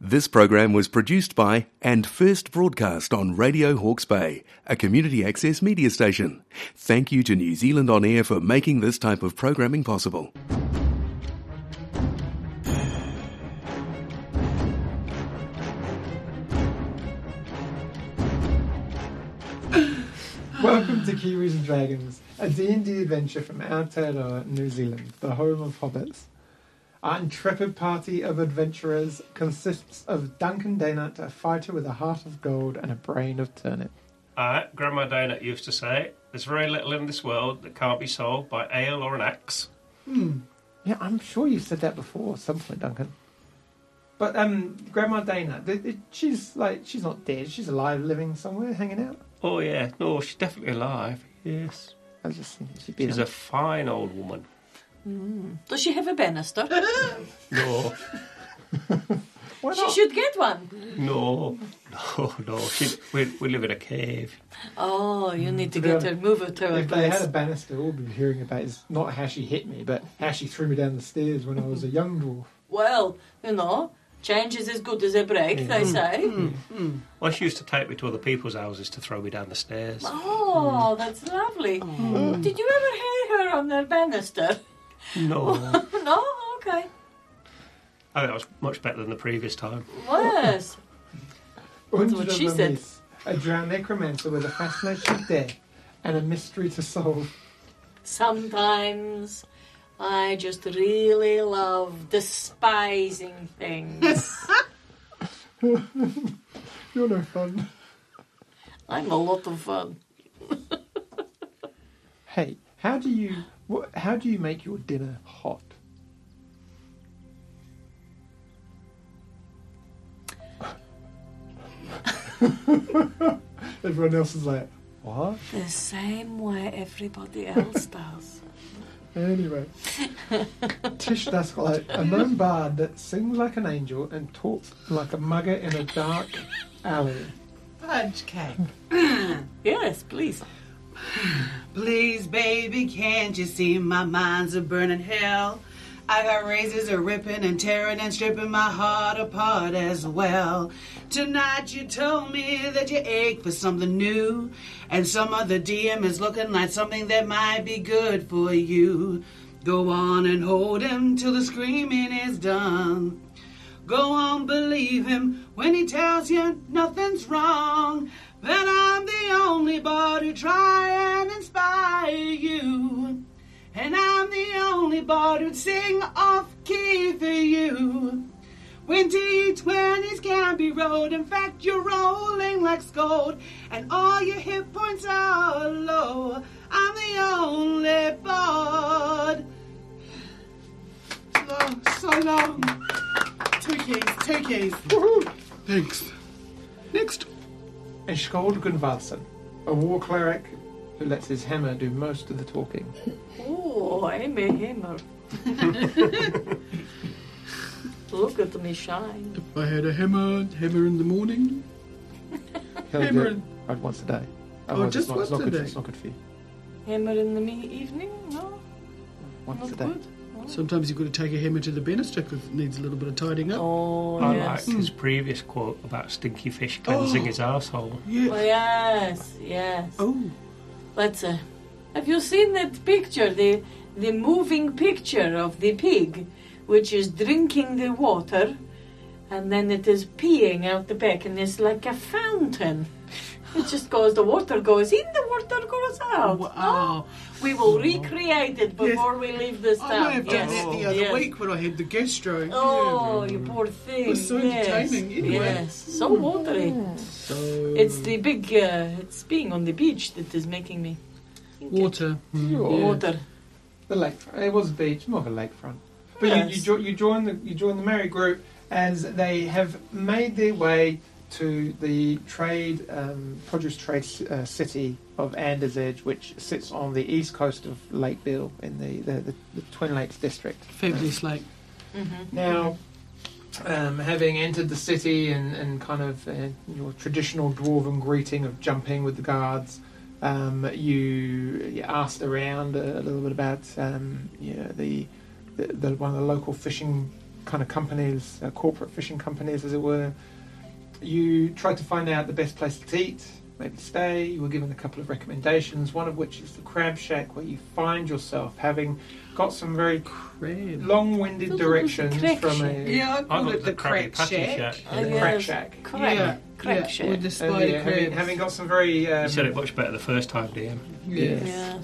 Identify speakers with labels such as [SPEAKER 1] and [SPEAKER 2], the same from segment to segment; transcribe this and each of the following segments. [SPEAKER 1] This program was produced by and first broadcast on Radio Hawke's Bay, a community access media station. Thank you to New Zealand On Air for making this type of programming possible.
[SPEAKER 2] Welcome to Kiwis and Dragons, a D&D adventure from Aotearoa, New Zealand, the home of hobbits. Our intrepid party of adventurers consists of Duncan Daynut, a fighter with a heart of gold and a brain of turnip.
[SPEAKER 3] Uh, Grandma Donut used to say, there's very little in this world that can't be solved by ale or an axe.
[SPEAKER 2] Yeah, I'm sure you said that before at some point, Duncan. But um, Grandma Daynut, th- th- she's like she's not dead. She's alive, living somewhere, hanging out.
[SPEAKER 3] Oh, yeah, no, she's definitely alive. Yes.
[SPEAKER 2] I was just thinking she'd be.
[SPEAKER 3] She's
[SPEAKER 2] in
[SPEAKER 3] a fine old woman.
[SPEAKER 4] Does she have a banister?
[SPEAKER 3] No,
[SPEAKER 2] Why
[SPEAKER 4] she
[SPEAKER 2] not?
[SPEAKER 4] should get one.
[SPEAKER 3] no, no, no. She, we, we live in a cave.
[SPEAKER 4] Oh, you need to
[SPEAKER 2] To be
[SPEAKER 4] get her
[SPEAKER 2] honest,
[SPEAKER 4] move her to a
[SPEAKER 2] If they had a
[SPEAKER 4] place.
[SPEAKER 2] banister, all we'd be hearing about is not how she hit me, but how she threw me down the stairs when I was a young dwarf.
[SPEAKER 4] Well, you know, change is as good as a break,
[SPEAKER 2] Mm.
[SPEAKER 4] they say.
[SPEAKER 3] Well, she used to take me to other people's houses to throw me down the stairs.
[SPEAKER 4] Oh,
[SPEAKER 2] Mm.
[SPEAKER 4] that's lovely. Mm. Did you ever hear her on her banister?
[SPEAKER 3] No.
[SPEAKER 4] no? Okay.
[SPEAKER 3] I think that was much better than the previous time.
[SPEAKER 4] Worse.
[SPEAKER 2] That's
[SPEAKER 4] what she said.
[SPEAKER 2] A drowned necromancer with a fascination with death and a mystery to solve.
[SPEAKER 4] Sometimes I just really love despising things.
[SPEAKER 2] You're no fun.
[SPEAKER 4] I'm a lot of fun.
[SPEAKER 2] Hey, how do you what, how do you make your dinner hot? Everyone else is like, what?
[SPEAKER 4] The same way everybody else does.
[SPEAKER 2] Anyway, Tish Dusklight, a gnome bard that sings like an angel and talks like a mugger in a dark alley.
[SPEAKER 5] Fudge cake.
[SPEAKER 4] Yes, please.
[SPEAKER 5] Please, baby, can't you see my mind's a burning hell? I got razors a ripping and tearing and stripping my heart apart as well. Tonight you told me that you ache for something new, and some other DM is looking like something that might be good for you. Go on and hold him till the screaming is done. Go on, believe him when he tells you nothing's wrong. That I'm the only bard who try and inspire you. And I'm the only bard who'd sing off key for you. When D20s can be rolled, in fact, you're rolling like scold, and all your hit points are low. I'm the only bard. Long, so long. Two keys, two keys. Thanks. Next.
[SPEAKER 2] And Skold Gunvalsen, a war cleric who lets his hammer do most of the talking.
[SPEAKER 4] Oh, I'm a hammer. Look at me shine.
[SPEAKER 6] If I had a hammer, hammer in the morning.
[SPEAKER 2] He'll do
[SPEAKER 6] Hammer
[SPEAKER 2] it
[SPEAKER 6] in-
[SPEAKER 2] right once a day. Otherwise
[SPEAKER 6] just
[SPEAKER 2] it's not, it's
[SPEAKER 6] once
[SPEAKER 2] not
[SPEAKER 6] a
[SPEAKER 2] good,
[SPEAKER 6] day.
[SPEAKER 2] It's not good for you.
[SPEAKER 4] Hammer in the me- evening? No,
[SPEAKER 2] Once
[SPEAKER 4] not
[SPEAKER 2] a day.
[SPEAKER 4] good.
[SPEAKER 6] Sometimes you've got to take a hammer to the banister because it needs a little bit of tidying up.
[SPEAKER 4] Oh,
[SPEAKER 3] I
[SPEAKER 4] yes.
[SPEAKER 3] liked his previous quote about stinky fish cleansing his arsehole.
[SPEAKER 4] Oh, yes, yes.
[SPEAKER 6] Oh,
[SPEAKER 4] But uh, have you seen that picture, the, the moving picture of the pig, which is drinking the water and then it is peeing out the back and it's like a fountain? It just goes, the water goes in, the water goes out.
[SPEAKER 6] wow.
[SPEAKER 4] We will recreate it before we leave this town.
[SPEAKER 6] I may have done
[SPEAKER 4] yes.
[SPEAKER 6] that the other
[SPEAKER 4] yes.
[SPEAKER 6] week when I had the gastro.
[SPEAKER 4] Oh, you poor thing.
[SPEAKER 6] was so
[SPEAKER 4] yes.
[SPEAKER 6] entertaining anyway.
[SPEAKER 4] Yes, so watery.
[SPEAKER 6] So,
[SPEAKER 4] It's the big, uh, it's being on the beach that is making me.
[SPEAKER 6] water.
[SPEAKER 2] Sure.
[SPEAKER 6] Yeah.
[SPEAKER 4] Water.
[SPEAKER 2] The lake. It was a beach, more of a lakefront. But you, you,
[SPEAKER 4] Yes.
[SPEAKER 2] jo- you join the you join the merry group as they have made their way to the trade um, produce trade uh, city of Anders Edge, which sits on the east coast of Lake Bill in the, the, the, the Twin Lakes district.
[SPEAKER 6] Fabulous lake.
[SPEAKER 2] Mm-hmm. Now, um, having entered the city and, and kind of uh, your traditional dwarven greeting of jumping with the guards, um, you, you asked around a, a little bit about um, yeah, the, the, the one of the local fishing kind of companies, uh, corporate fishing companies, as it were. You tried to find out the best place to eat, maybe stay. You were given a couple of recommendations, one of which is the Crab Shack, where you find yourself having got some very
[SPEAKER 5] Crab.
[SPEAKER 2] long-winded
[SPEAKER 4] Thought it was
[SPEAKER 2] directions
[SPEAKER 4] crack
[SPEAKER 2] from a
[SPEAKER 4] shack.
[SPEAKER 7] Yeah, I
[SPEAKER 3] I
[SPEAKER 7] call
[SPEAKER 3] got
[SPEAKER 7] it the
[SPEAKER 3] Krabby
[SPEAKER 7] crack
[SPEAKER 3] Patty
[SPEAKER 7] shack.
[SPEAKER 3] shack.
[SPEAKER 4] Oh,
[SPEAKER 2] the
[SPEAKER 4] yeah.
[SPEAKER 2] Crack Shack.
[SPEAKER 4] Correct.
[SPEAKER 7] Yeah,
[SPEAKER 4] Correct
[SPEAKER 7] yeah,
[SPEAKER 4] shit.
[SPEAKER 7] With the
[SPEAKER 2] And,
[SPEAKER 7] spider
[SPEAKER 2] Oh, yeah, having,
[SPEAKER 7] crabs.
[SPEAKER 2] having got some very um,
[SPEAKER 3] You said it much better the first time, DM.
[SPEAKER 7] yeah.
[SPEAKER 4] Yeah.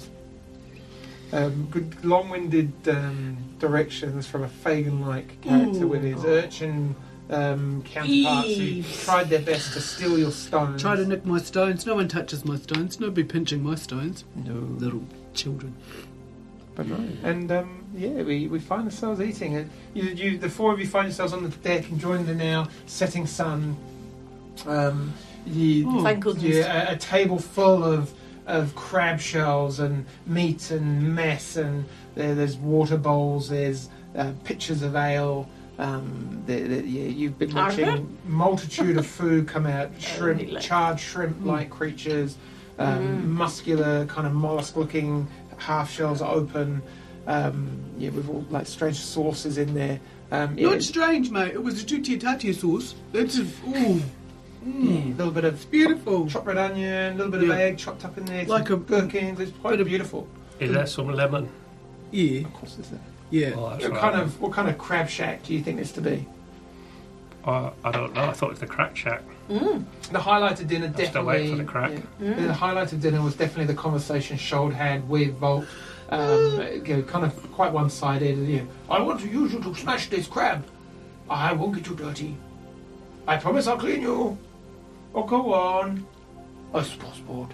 [SPEAKER 2] um, good long-winded um, directions from a Fagin-like character
[SPEAKER 7] Ooh.
[SPEAKER 2] with his urchin um, counterparts
[SPEAKER 4] Eesh.
[SPEAKER 2] who tried their best to steal your stones.
[SPEAKER 5] Try to nick my stones. No one touches my stones. Nobody pinching my stones.
[SPEAKER 2] no,
[SPEAKER 5] Little children.
[SPEAKER 2] but no. And um, yeah, we, we find ourselves eating. And you, you, the four of you find yourselves on the deck enjoying the now setting sun. Um, you,
[SPEAKER 5] Oh.
[SPEAKER 4] Thank goodness.
[SPEAKER 2] Yeah, a, a table full of of crab shells and meat and mess and there, there's water bowls, there's uh, pitchers of ale. Um, there, there, yeah, you've been
[SPEAKER 4] Are
[SPEAKER 2] watching
[SPEAKER 4] there?
[SPEAKER 2] multitude of food come out, shrimp,
[SPEAKER 4] really?
[SPEAKER 2] charred shrimp-like
[SPEAKER 4] Hmm.
[SPEAKER 2] creatures,
[SPEAKER 5] Mm.
[SPEAKER 2] um, muscular kind of mollusk-looking half shells open. Um, yeah, with all like strange sauces in there. Um, yeah,
[SPEAKER 5] Not strange, mate. It was a tutti tatti sauce. That's a, ooh,
[SPEAKER 2] a mm, little bit of
[SPEAKER 5] beautiful.
[SPEAKER 2] chopped red onion, a little bit
[SPEAKER 5] Yeah.
[SPEAKER 2] of egg chopped up in there,
[SPEAKER 5] Like
[SPEAKER 2] some
[SPEAKER 5] a-
[SPEAKER 2] gherkins. It's quite
[SPEAKER 5] bit of-
[SPEAKER 2] beautiful.
[SPEAKER 3] Is that some lemon?
[SPEAKER 5] Yeah,
[SPEAKER 2] Of course, it's a-
[SPEAKER 5] yeah.
[SPEAKER 3] Oh, that's
[SPEAKER 2] What
[SPEAKER 3] right.
[SPEAKER 2] kind of what kind of crab shack do you think this to be?
[SPEAKER 3] Oh, I don't know. I thought it was the crack shack.
[SPEAKER 2] The highlight of dinner
[SPEAKER 3] still
[SPEAKER 2] definitely.
[SPEAKER 3] waiting for the crack.
[SPEAKER 2] yeah. The highlight of dinner was definitely the conversation Shold had with Volt. Um, you know, kind of quite one-sided. You know, I want to use you to smash this crab. I won't get you dirty. I promise I'll clean you. Oh, go on. Oh, A sportsboard.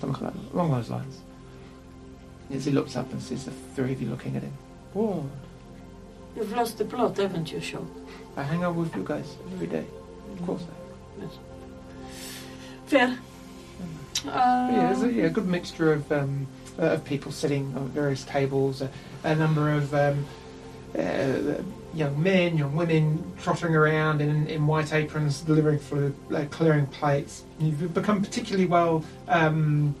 [SPEAKER 2] Something like that, along those lines. As he looks up and sees the three of you looking at him. Whoa.
[SPEAKER 4] You've lost the plot, haven't you, Sean?
[SPEAKER 2] I hang out with you guys every day. Of course. I
[SPEAKER 4] Fair. Uh,
[SPEAKER 2] Yeah, there's a, yeah, a good mixture of, um, uh, of people sitting on various tables, a, a number of um, uh, young men, young women trotting around in, in white aprons, delivering food, uh, clearing plates. You've become particularly well um,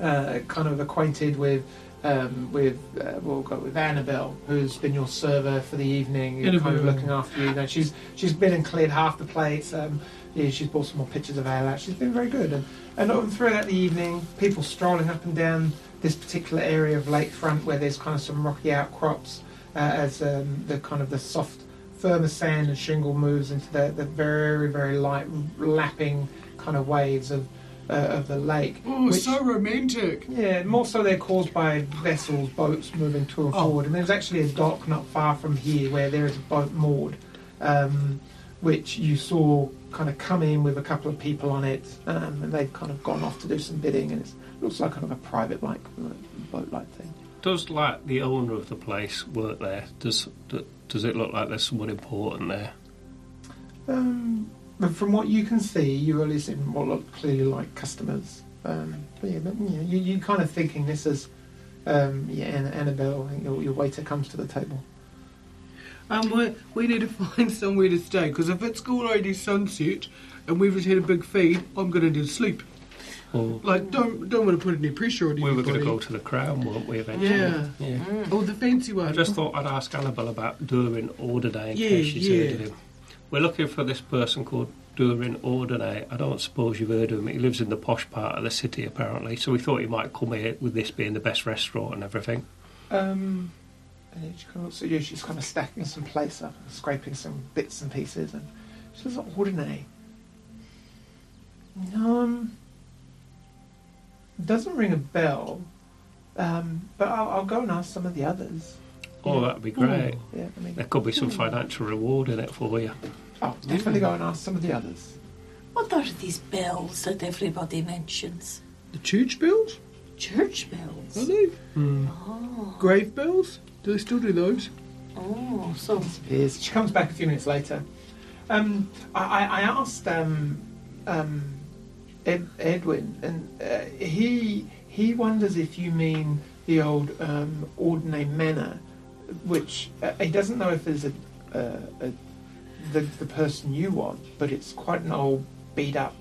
[SPEAKER 2] uh, kind of acquainted with. Um, with uh, well, we've got with Annabelle, who's been your server for the evening, and kind of
[SPEAKER 5] Annabelle.
[SPEAKER 2] looking after you. you know, she's she's been and cleared half the plates. Um, yeah, she's brought some more pictures of ale out. She's been very good. And, and all throughout the evening, people strolling up and down this particular area of lakefront where there's kind of some rocky outcrops uh, as um, the kind of the soft, firmer sand and shingle moves into the, the very, very light, lapping kind of waves of, uh, of the lake.
[SPEAKER 5] Oh,
[SPEAKER 2] which-
[SPEAKER 5] so romantic.
[SPEAKER 2] yeah, more so they're caused by vessels, boats moving to and
[SPEAKER 5] Oh.
[SPEAKER 2] forward. And there's actually a dock not far from here where there is a boat moored, um, which you saw kind of come in with a couple of people on it, um, and they've kind of gone off to do some bidding. And it looks like kind of a private like boat like thing.
[SPEAKER 3] Does like the owner of the place work there? Does d- does it look like there's someone important there?
[SPEAKER 2] Um, but from what you can see, you only seem what look clearly like customers. Um, but yeah, but, yeah, you you kind of thinking this is um, yeah, Anna- Annabelle. and Your, your waiter comes to the table.
[SPEAKER 5] Um, we, we need to find somewhere to stay because if it's already sunset and we've just had a big feed, I'm going to do sleep.
[SPEAKER 3] Or
[SPEAKER 5] Like, don't don't want to put any pressure on
[SPEAKER 3] we
[SPEAKER 5] anybody.
[SPEAKER 3] were going to go to the crown, weren't we? Eventually.
[SPEAKER 5] Yeah.
[SPEAKER 3] Yeah.
[SPEAKER 5] Oh, the fancy one.
[SPEAKER 3] I just thought I'd ask Annabelle about Durin Ordinate in
[SPEAKER 5] Yeah,
[SPEAKER 3] case she's
[SPEAKER 5] yeah.
[SPEAKER 3] heard of him. We're looking for this person called Durin Ordinate. I don't suppose you've heard of him. He lives in the posh part of the city, apparently. So we thought he might come here with this being the best restaurant and everything.
[SPEAKER 2] Um, and then she kind of looks at you. She's kind of stacking some plates up and scraping some bits and pieces, and she says, "Ordinary." Um, doesn't ring a bell, um, but I'll, I'll go and ask some of the others.
[SPEAKER 3] Oh, that'd be great.
[SPEAKER 5] Mm.
[SPEAKER 2] Yeah, I mean,
[SPEAKER 3] There could be some financial reward in it for you.
[SPEAKER 2] I'll definitely go and ask some of the others.
[SPEAKER 4] What are these bells that everybody mentions?
[SPEAKER 5] The church bells?
[SPEAKER 4] Church
[SPEAKER 5] Are
[SPEAKER 4] bells.
[SPEAKER 5] they?
[SPEAKER 3] Hmm.
[SPEAKER 4] Oh,
[SPEAKER 5] Grave bells? Do they still do those?
[SPEAKER 4] oh so
[SPEAKER 2] Piers. She comes back a few minutes later. Um, I, I, I asked um, um, Ed, Edwin, and uh, he he wonders if you mean the old um, ordinary manor, which uh, he doesn't know if there's a, uh, a the, the person you want, but it's quite an old beat up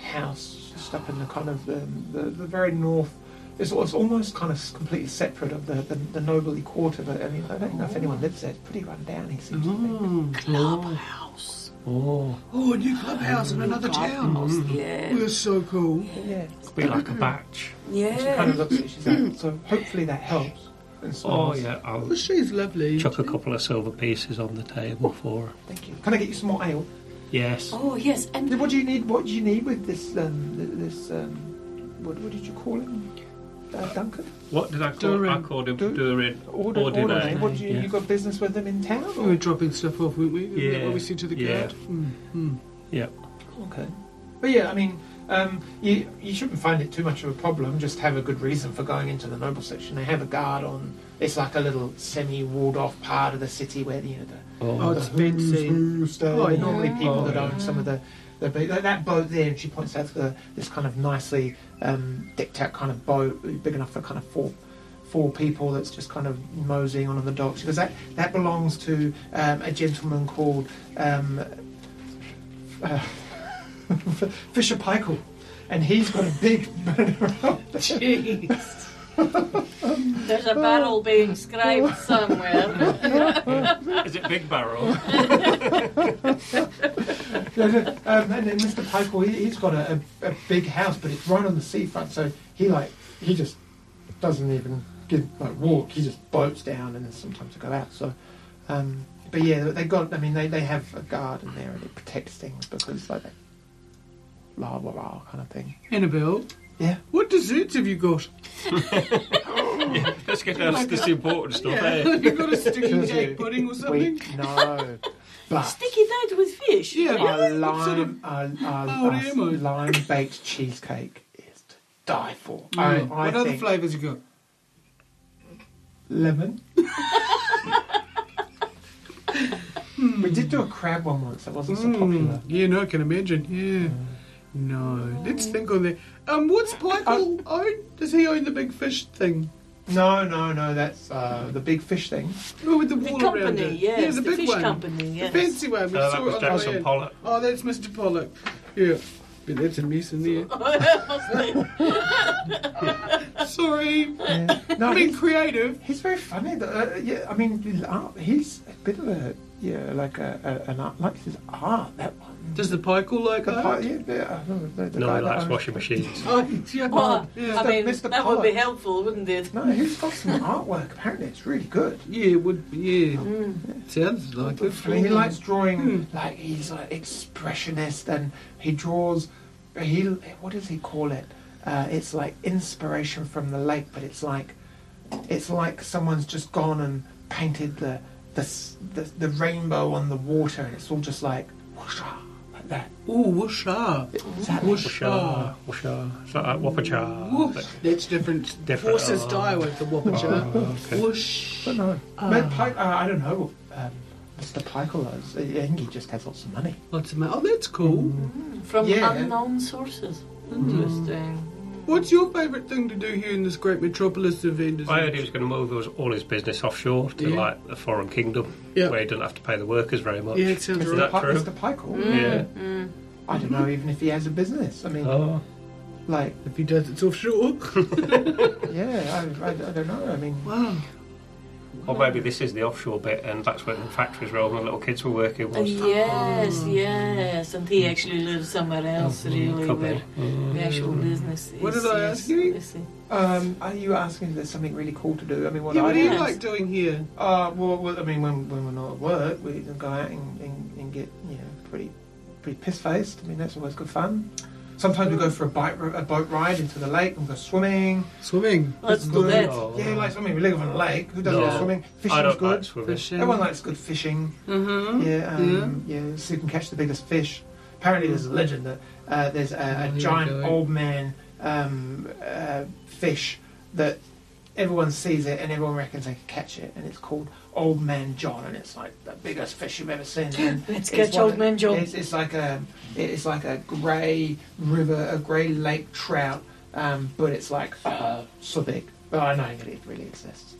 [SPEAKER 2] house just up in the kind of um, the, the very north It's, it's almost kind of completely separate of the, the, the nobly quarter, but I mean, I don't know if anyone lives there. It's pretty run down, he seems to
[SPEAKER 3] Mm.
[SPEAKER 2] think.
[SPEAKER 6] Oh.
[SPEAKER 8] Clubhouse.
[SPEAKER 3] Oh,
[SPEAKER 5] Oh, a new clubhouse in another town.
[SPEAKER 3] Mm.
[SPEAKER 8] Yeah.
[SPEAKER 5] We're so cool.
[SPEAKER 2] Yeah.
[SPEAKER 3] it's a bit like a batch.
[SPEAKER 2] She kind of
[SPEAKER 8] Yeah.
[SPEAKER 2] looks at it, she's like, so hopefully that helps. And so
[SPEAKER 3] Oh, yeah, I'll
[SPEAKER 5] Well, she's lovely.
[SPEAKER 3] chuck a couple of silver pieces on the table for her.
[SPEAKER 2] Thank you. Can I get you some more ale?
[SPEAKER 3] Yes.
[SPEAKER 8] Oh yes, and
[SPEAKER 2] What do you need? What do you need with this? Um, th- this um, what, what did you call him? Uh, Duncan?
[SPEAKER 3] What did I call him?
[SPEAKER 5] Durin.
[SPEAKER 3] I called him
[SPEAKER 2] Dur-
[SPEAKER 3] Durin.
[SPEAKER 2] Order,
[SPEAKER 3] Or did
[SPEAKER 2] order.
[SPEAKER 3] I?
[SPEAKER 2] What do you,
[SPEAKER 3] Yeah.
[SPEAKER 2] you got business with them in town?
[SPEAKER 5] We were dropping stuff off, weren't we? Isn't that
[SPEAKER 3] Yeah.
[SPEAKER 5] What we see to the
[SPEAKER 3] Yeah.
[SPEAKER 5] guard. Mm. Mm.
[SPEAKER 3] Yeah.
[SPEAKER 2] Okay. But yeah, I mean, um, you you shouldn't find it too much of a problem. Just have a good reason for going into the noble section. They have a guard on. It's like a little semi walled off part of the city where you know the,
[SPEAKER 5] Oh,
[SPEAKER 2] the
[SPEAKER 5] it's fancy.
[SPEAKER 2] who stay.
[SPEAKER 5] Oh, yeah.
[SPEAKER 2] normally people
[SPEAKER 3] Oh,
[SPEAKER 2] that
[SPEAKER 3] yeah.
[SPEAKER 2] own some of the. the big- That, that boat there, and she points out to the, this kind of nicely um, decked out kind of boat, big enough for kind of four four people. That's just kind of moseying on the docks because that that belongs to um, a gentleman called um, uh, Fisher Paykel, and he's got a big burner up there.
[SPEAKER 7] Jeez.
[SPEAKER 4] There's a barrel being scribed
[SPEAKER 8] Oh.
[SPEAKER 4] somewhere.
[SPEAKER 3] Is it Big Barrel?
[SPEAKER 2] No, no, um, and then Mr. Paykel, he, he's got a, a, a big house, but it's right on the seafront, so he like he just doesn't even give like walk. He just boats down, and then sometimes they go out. So, um, but yeah, they got. I mean, they, they have a guard in there and it protects things because like that la la la kind of thing.
[SPEAKER 5] Annabelle,
[SPEAKER 2] Yeah.
[SPEAKER 5] what desserts have you got?
[SPEAKER 3] Let's
[SPEAKER 5] Oh
[SPEAKER 3] get down to this important stuff, eh?
[SPEAKER 5] have you got a sticky cake pudding or something?
[SPEAKER 2] We, no, but.
[SPEAKER 4] Sticky date with fish.
[SPEAKER 5] Yeah,
[SPEAKER 2] a
[SPEAKER 5] yeah, what sort of-
[SPEAKER 2] lime, a, a,
[SPEAKER 5] Oh,
[SPEAKER 2] a
[SPEAKER 5] am I?
[SPEAKER 2] lime baked cheesecake is to die for. I,
[SPEAKER 5] Mm.
[SPEAKER 2] I
[SPEAKER 5] what other
[SPEAKER 2] think
[SPEAKER 5] flavours you got?
[SPEAKER 2] lemon.
[SPEAKER 5] Hmm.
[SPEAKER 2] we did do a crab one once. That wasn't so popular.
[SPEAKER 5] Mm. Yeah, no, I can imagine. Yeah. No, let's think on that. Um, what's Michael own? Does he own the big fish thing?
[SPEAKER 2] No, no, no. That's uh, the big fish thing.
[SPEAKER 5] Oh, with the
[SPEAKER 4] The
[SPEAKER 5] wall around
[SPEAKER 4] company,
[SPEAKER 5] it.
[SPEAKER 4] yes.
[SPEAKER 5] yeah, the, big
[SPEAKER 4] fish
[SPEAKER 5] one.
[SPEAKER 4] company, yes.
[SPEAKER 5] The fancy one. We
[SPEAKER 3] No, that
[SPEAKER 5] saw it
[SPEAKER 3] was
[SPEAKER 5] on the way
[SPEAKER 3] Jackson
[SPEAKER 5] in.
[SPEAKER 3] Pollock.
[SPEAKER 5] Oh, that's Mr. Pollock. Yeah. But that's a mess in there. Sorry.
[SPEAKER 2] Yeah.
[SPEAKER 5] I
[SPEAKER 2] No,
[SPEAKER 5] mean,
[SPEAKER 2] he's,
[SPEAKER 5] creative.
[SPEAKER 2] he's very funny. though. Uh, yeah, I mean, uh, he's a bit of a yeah, like a, a an art, like his art. That one.
[SPEAKER 5] Does the Pikel like
[SPEAKER 2] The,
[SPEAKER 5] that?
[SPEAKER 2] part- yeah, yeah, I don't know, the guy
[SPEAKER 3] No,
[SPEAKER 2] that
[SPEAKER 3] that's
[SPEAKER 2] owns-
[SPEAKER 3] washing machines.
[SPEAKER 5] Oh, yeah.
[SPEAKER 4] Well,
[SPEAKER 5] yeah.
[SPEAKER 4] I mean,
[SPEAKER 2] Mr.
[SPEAKER 4] that would be
[SPEAKER 2] Pollock.
[SPEAKER 4] helpful, wouldn't it?
[SPEAKER 2] No, he's got some artwork. Apparently, it's really good.
[SPEAKER 5] Yeah, it would. Yeah.
[SPEAKER 4] Mm.
[SPEAKER 5] Sounds like it.
[SPEAKER 2] I mean, he likes drawing like he's an expressionist, and he draws. He what does he call it? Uh, it's like inspiration from the lake, but it's like it's like someone's just gone and painted the the s- the, the rainbow on the water, and it's all just like whoosh, ah, like that.
[SPEAKER 5] Ooh, whoosha.
[SPEAKER 2] Is that
[SPEAKER 5] Whoosha.
[SPEAKER 3] Whoosha, whoosha. It's like that Whoppacha.
[SPEAKER 5] Whoosh. That's different.
[SPEAKER 3] Different.
[SPEAKER 5] Horses die with the whoppager.
[SPEAKER 3] Oh, okay.
[SPEAKER 5] Whoosh.
[SPEAKER 2] But no, But Pike, uh, I don't know. Um, Mr. Pykele, is- I think he just has lots of money.
[SPEAKER 5] Lots of ma- Oh, that's cool.
[SPEAKER 3] Mm.
[SPEAKER 4] From
[SPEAKER 2] Yeah.
[SPEAKER 4] unknown sources.
[SPEAKER 5] Mm-hmm.
[SPEAKER 4] Interesting.
[SPEAKER 5] What's your favourite thing to do here in this great metropolis of Anderson?
[SPEAKER 3] I heard he was going to move his- all his business offshore to
[SPEAKER 5] Yeah.
[SPEAKER 3] like a foreign kingdom
[SPEAKER 5] Yeah.
[SPEAKER 3] where he doesn't have to pay the workers very much.
[SPEAKER 5] Yeah, it sounds
[SPEAKER 3] Is
[SPEAKER 5] right. Mm.
[SPEAKER 3] that
[SPEAKER 2] Pi-
[SPEAKER 3] true?
[SPEAKER 2] Mr. Pykele,
[SPEAKER 3] Yeah.
[SPEAKER 2] I don't know even if he has a business. I mean,
[SPEAKER 3] Oh,
[SPEAKER 2] like.
[SPEAKER 5] If he does, it's offshore.
[SPEAKER 2] Yeah, I, I, I don't know. I mean,
[SPEAKER 5] wow.
[SPEAKER 3] or maybe Oh, this is the offshore bit, and that's where the factories were all the little kids were working.
[SPEAKER 4] Uh,
[SPEAKER 3] Was
[SPEAKER 4] yes,
[SPEAKER 5] Mm.
[SPEAKER 4] yes. And he actually lives somewhere else,
[SPEAKER 5] Mm-hmm.
[SPEAKER 4] really,
[SPEAKER 3] Could be.
[SPEAKER 4] where the actual business is.
[SPEAKER 5] Mm. What did I
[SPEAKER 4] yes,
[SPEAKER 5] ask you?
[SPEAKER 4] I see.
[SPEAKER 2] um, are you asking if there's something really cool to do? I mean, what
[SPEAKER 5] yeah,
[SPEAKER 2] I
[SPEAKER 5] what do
[SPEAKER 2] do?
[SPEAKER 5] you
[SPEAKER 4] Yes.
[SPEAKER 5] like doing here?
[SPEAKER 2] Uh, well, well, I mean, when, when we're not at work, we can go out and, and, and get you know pretty pretty piss faced. I mean, that's always good fun. Sometimes we go for a bike ri- a boat ride into the lake and go swimming.
[SPEAKER 5] Swimming.
[SPEAKER 4] Let's do
[SPEAKER 2] good.
[SPEAKER 4] that.
[SPEAKER 2] Yeah, like swimming. We live on a lake. Who doesn't
[SPEAKER 3] Oh. No.
[SPEAKER 2] like swimming?
[SPEAKER 3] I
[SPEAKER 2] Fishing's
[SPEAKER 3] don't
[SPEAKER 2] good.
[SPEAKER 3] like swimming.
[SPEAKER 5] Fishing.
[SPEAKER 2] Everyone likes good fishing.
[SPEAKER 5] Mm-hmm.
[SPEAKER 2] Yeah, um, yeah. so you can catch the biggest fish. Apparently, there's a legend that uh, there's a,
[SPEAKER 5] Oh,
[SPEAKER 2] a
[SPEAKER 5] yeah,
[SPEAKER 2] giant
[SPEAKER 5] go.
[SPEAKER 2] old man um, uh, fish that everyone sees it and everyone reckons they can catch it, and it's called Old Man John, and it's like the biggest fish you've ever seen. And it's
[SPEAKER 4] Let's catch
[SPEAKER 2] one
[SPEAKER 4] Old
[SPEAKER 2] of-
[SPEAKER 4] Man John.
[SPEAKER 2] It's, it's like a it's like a grey river, a grey lake trout, um, but it's like uh, so big. But I know it really exists.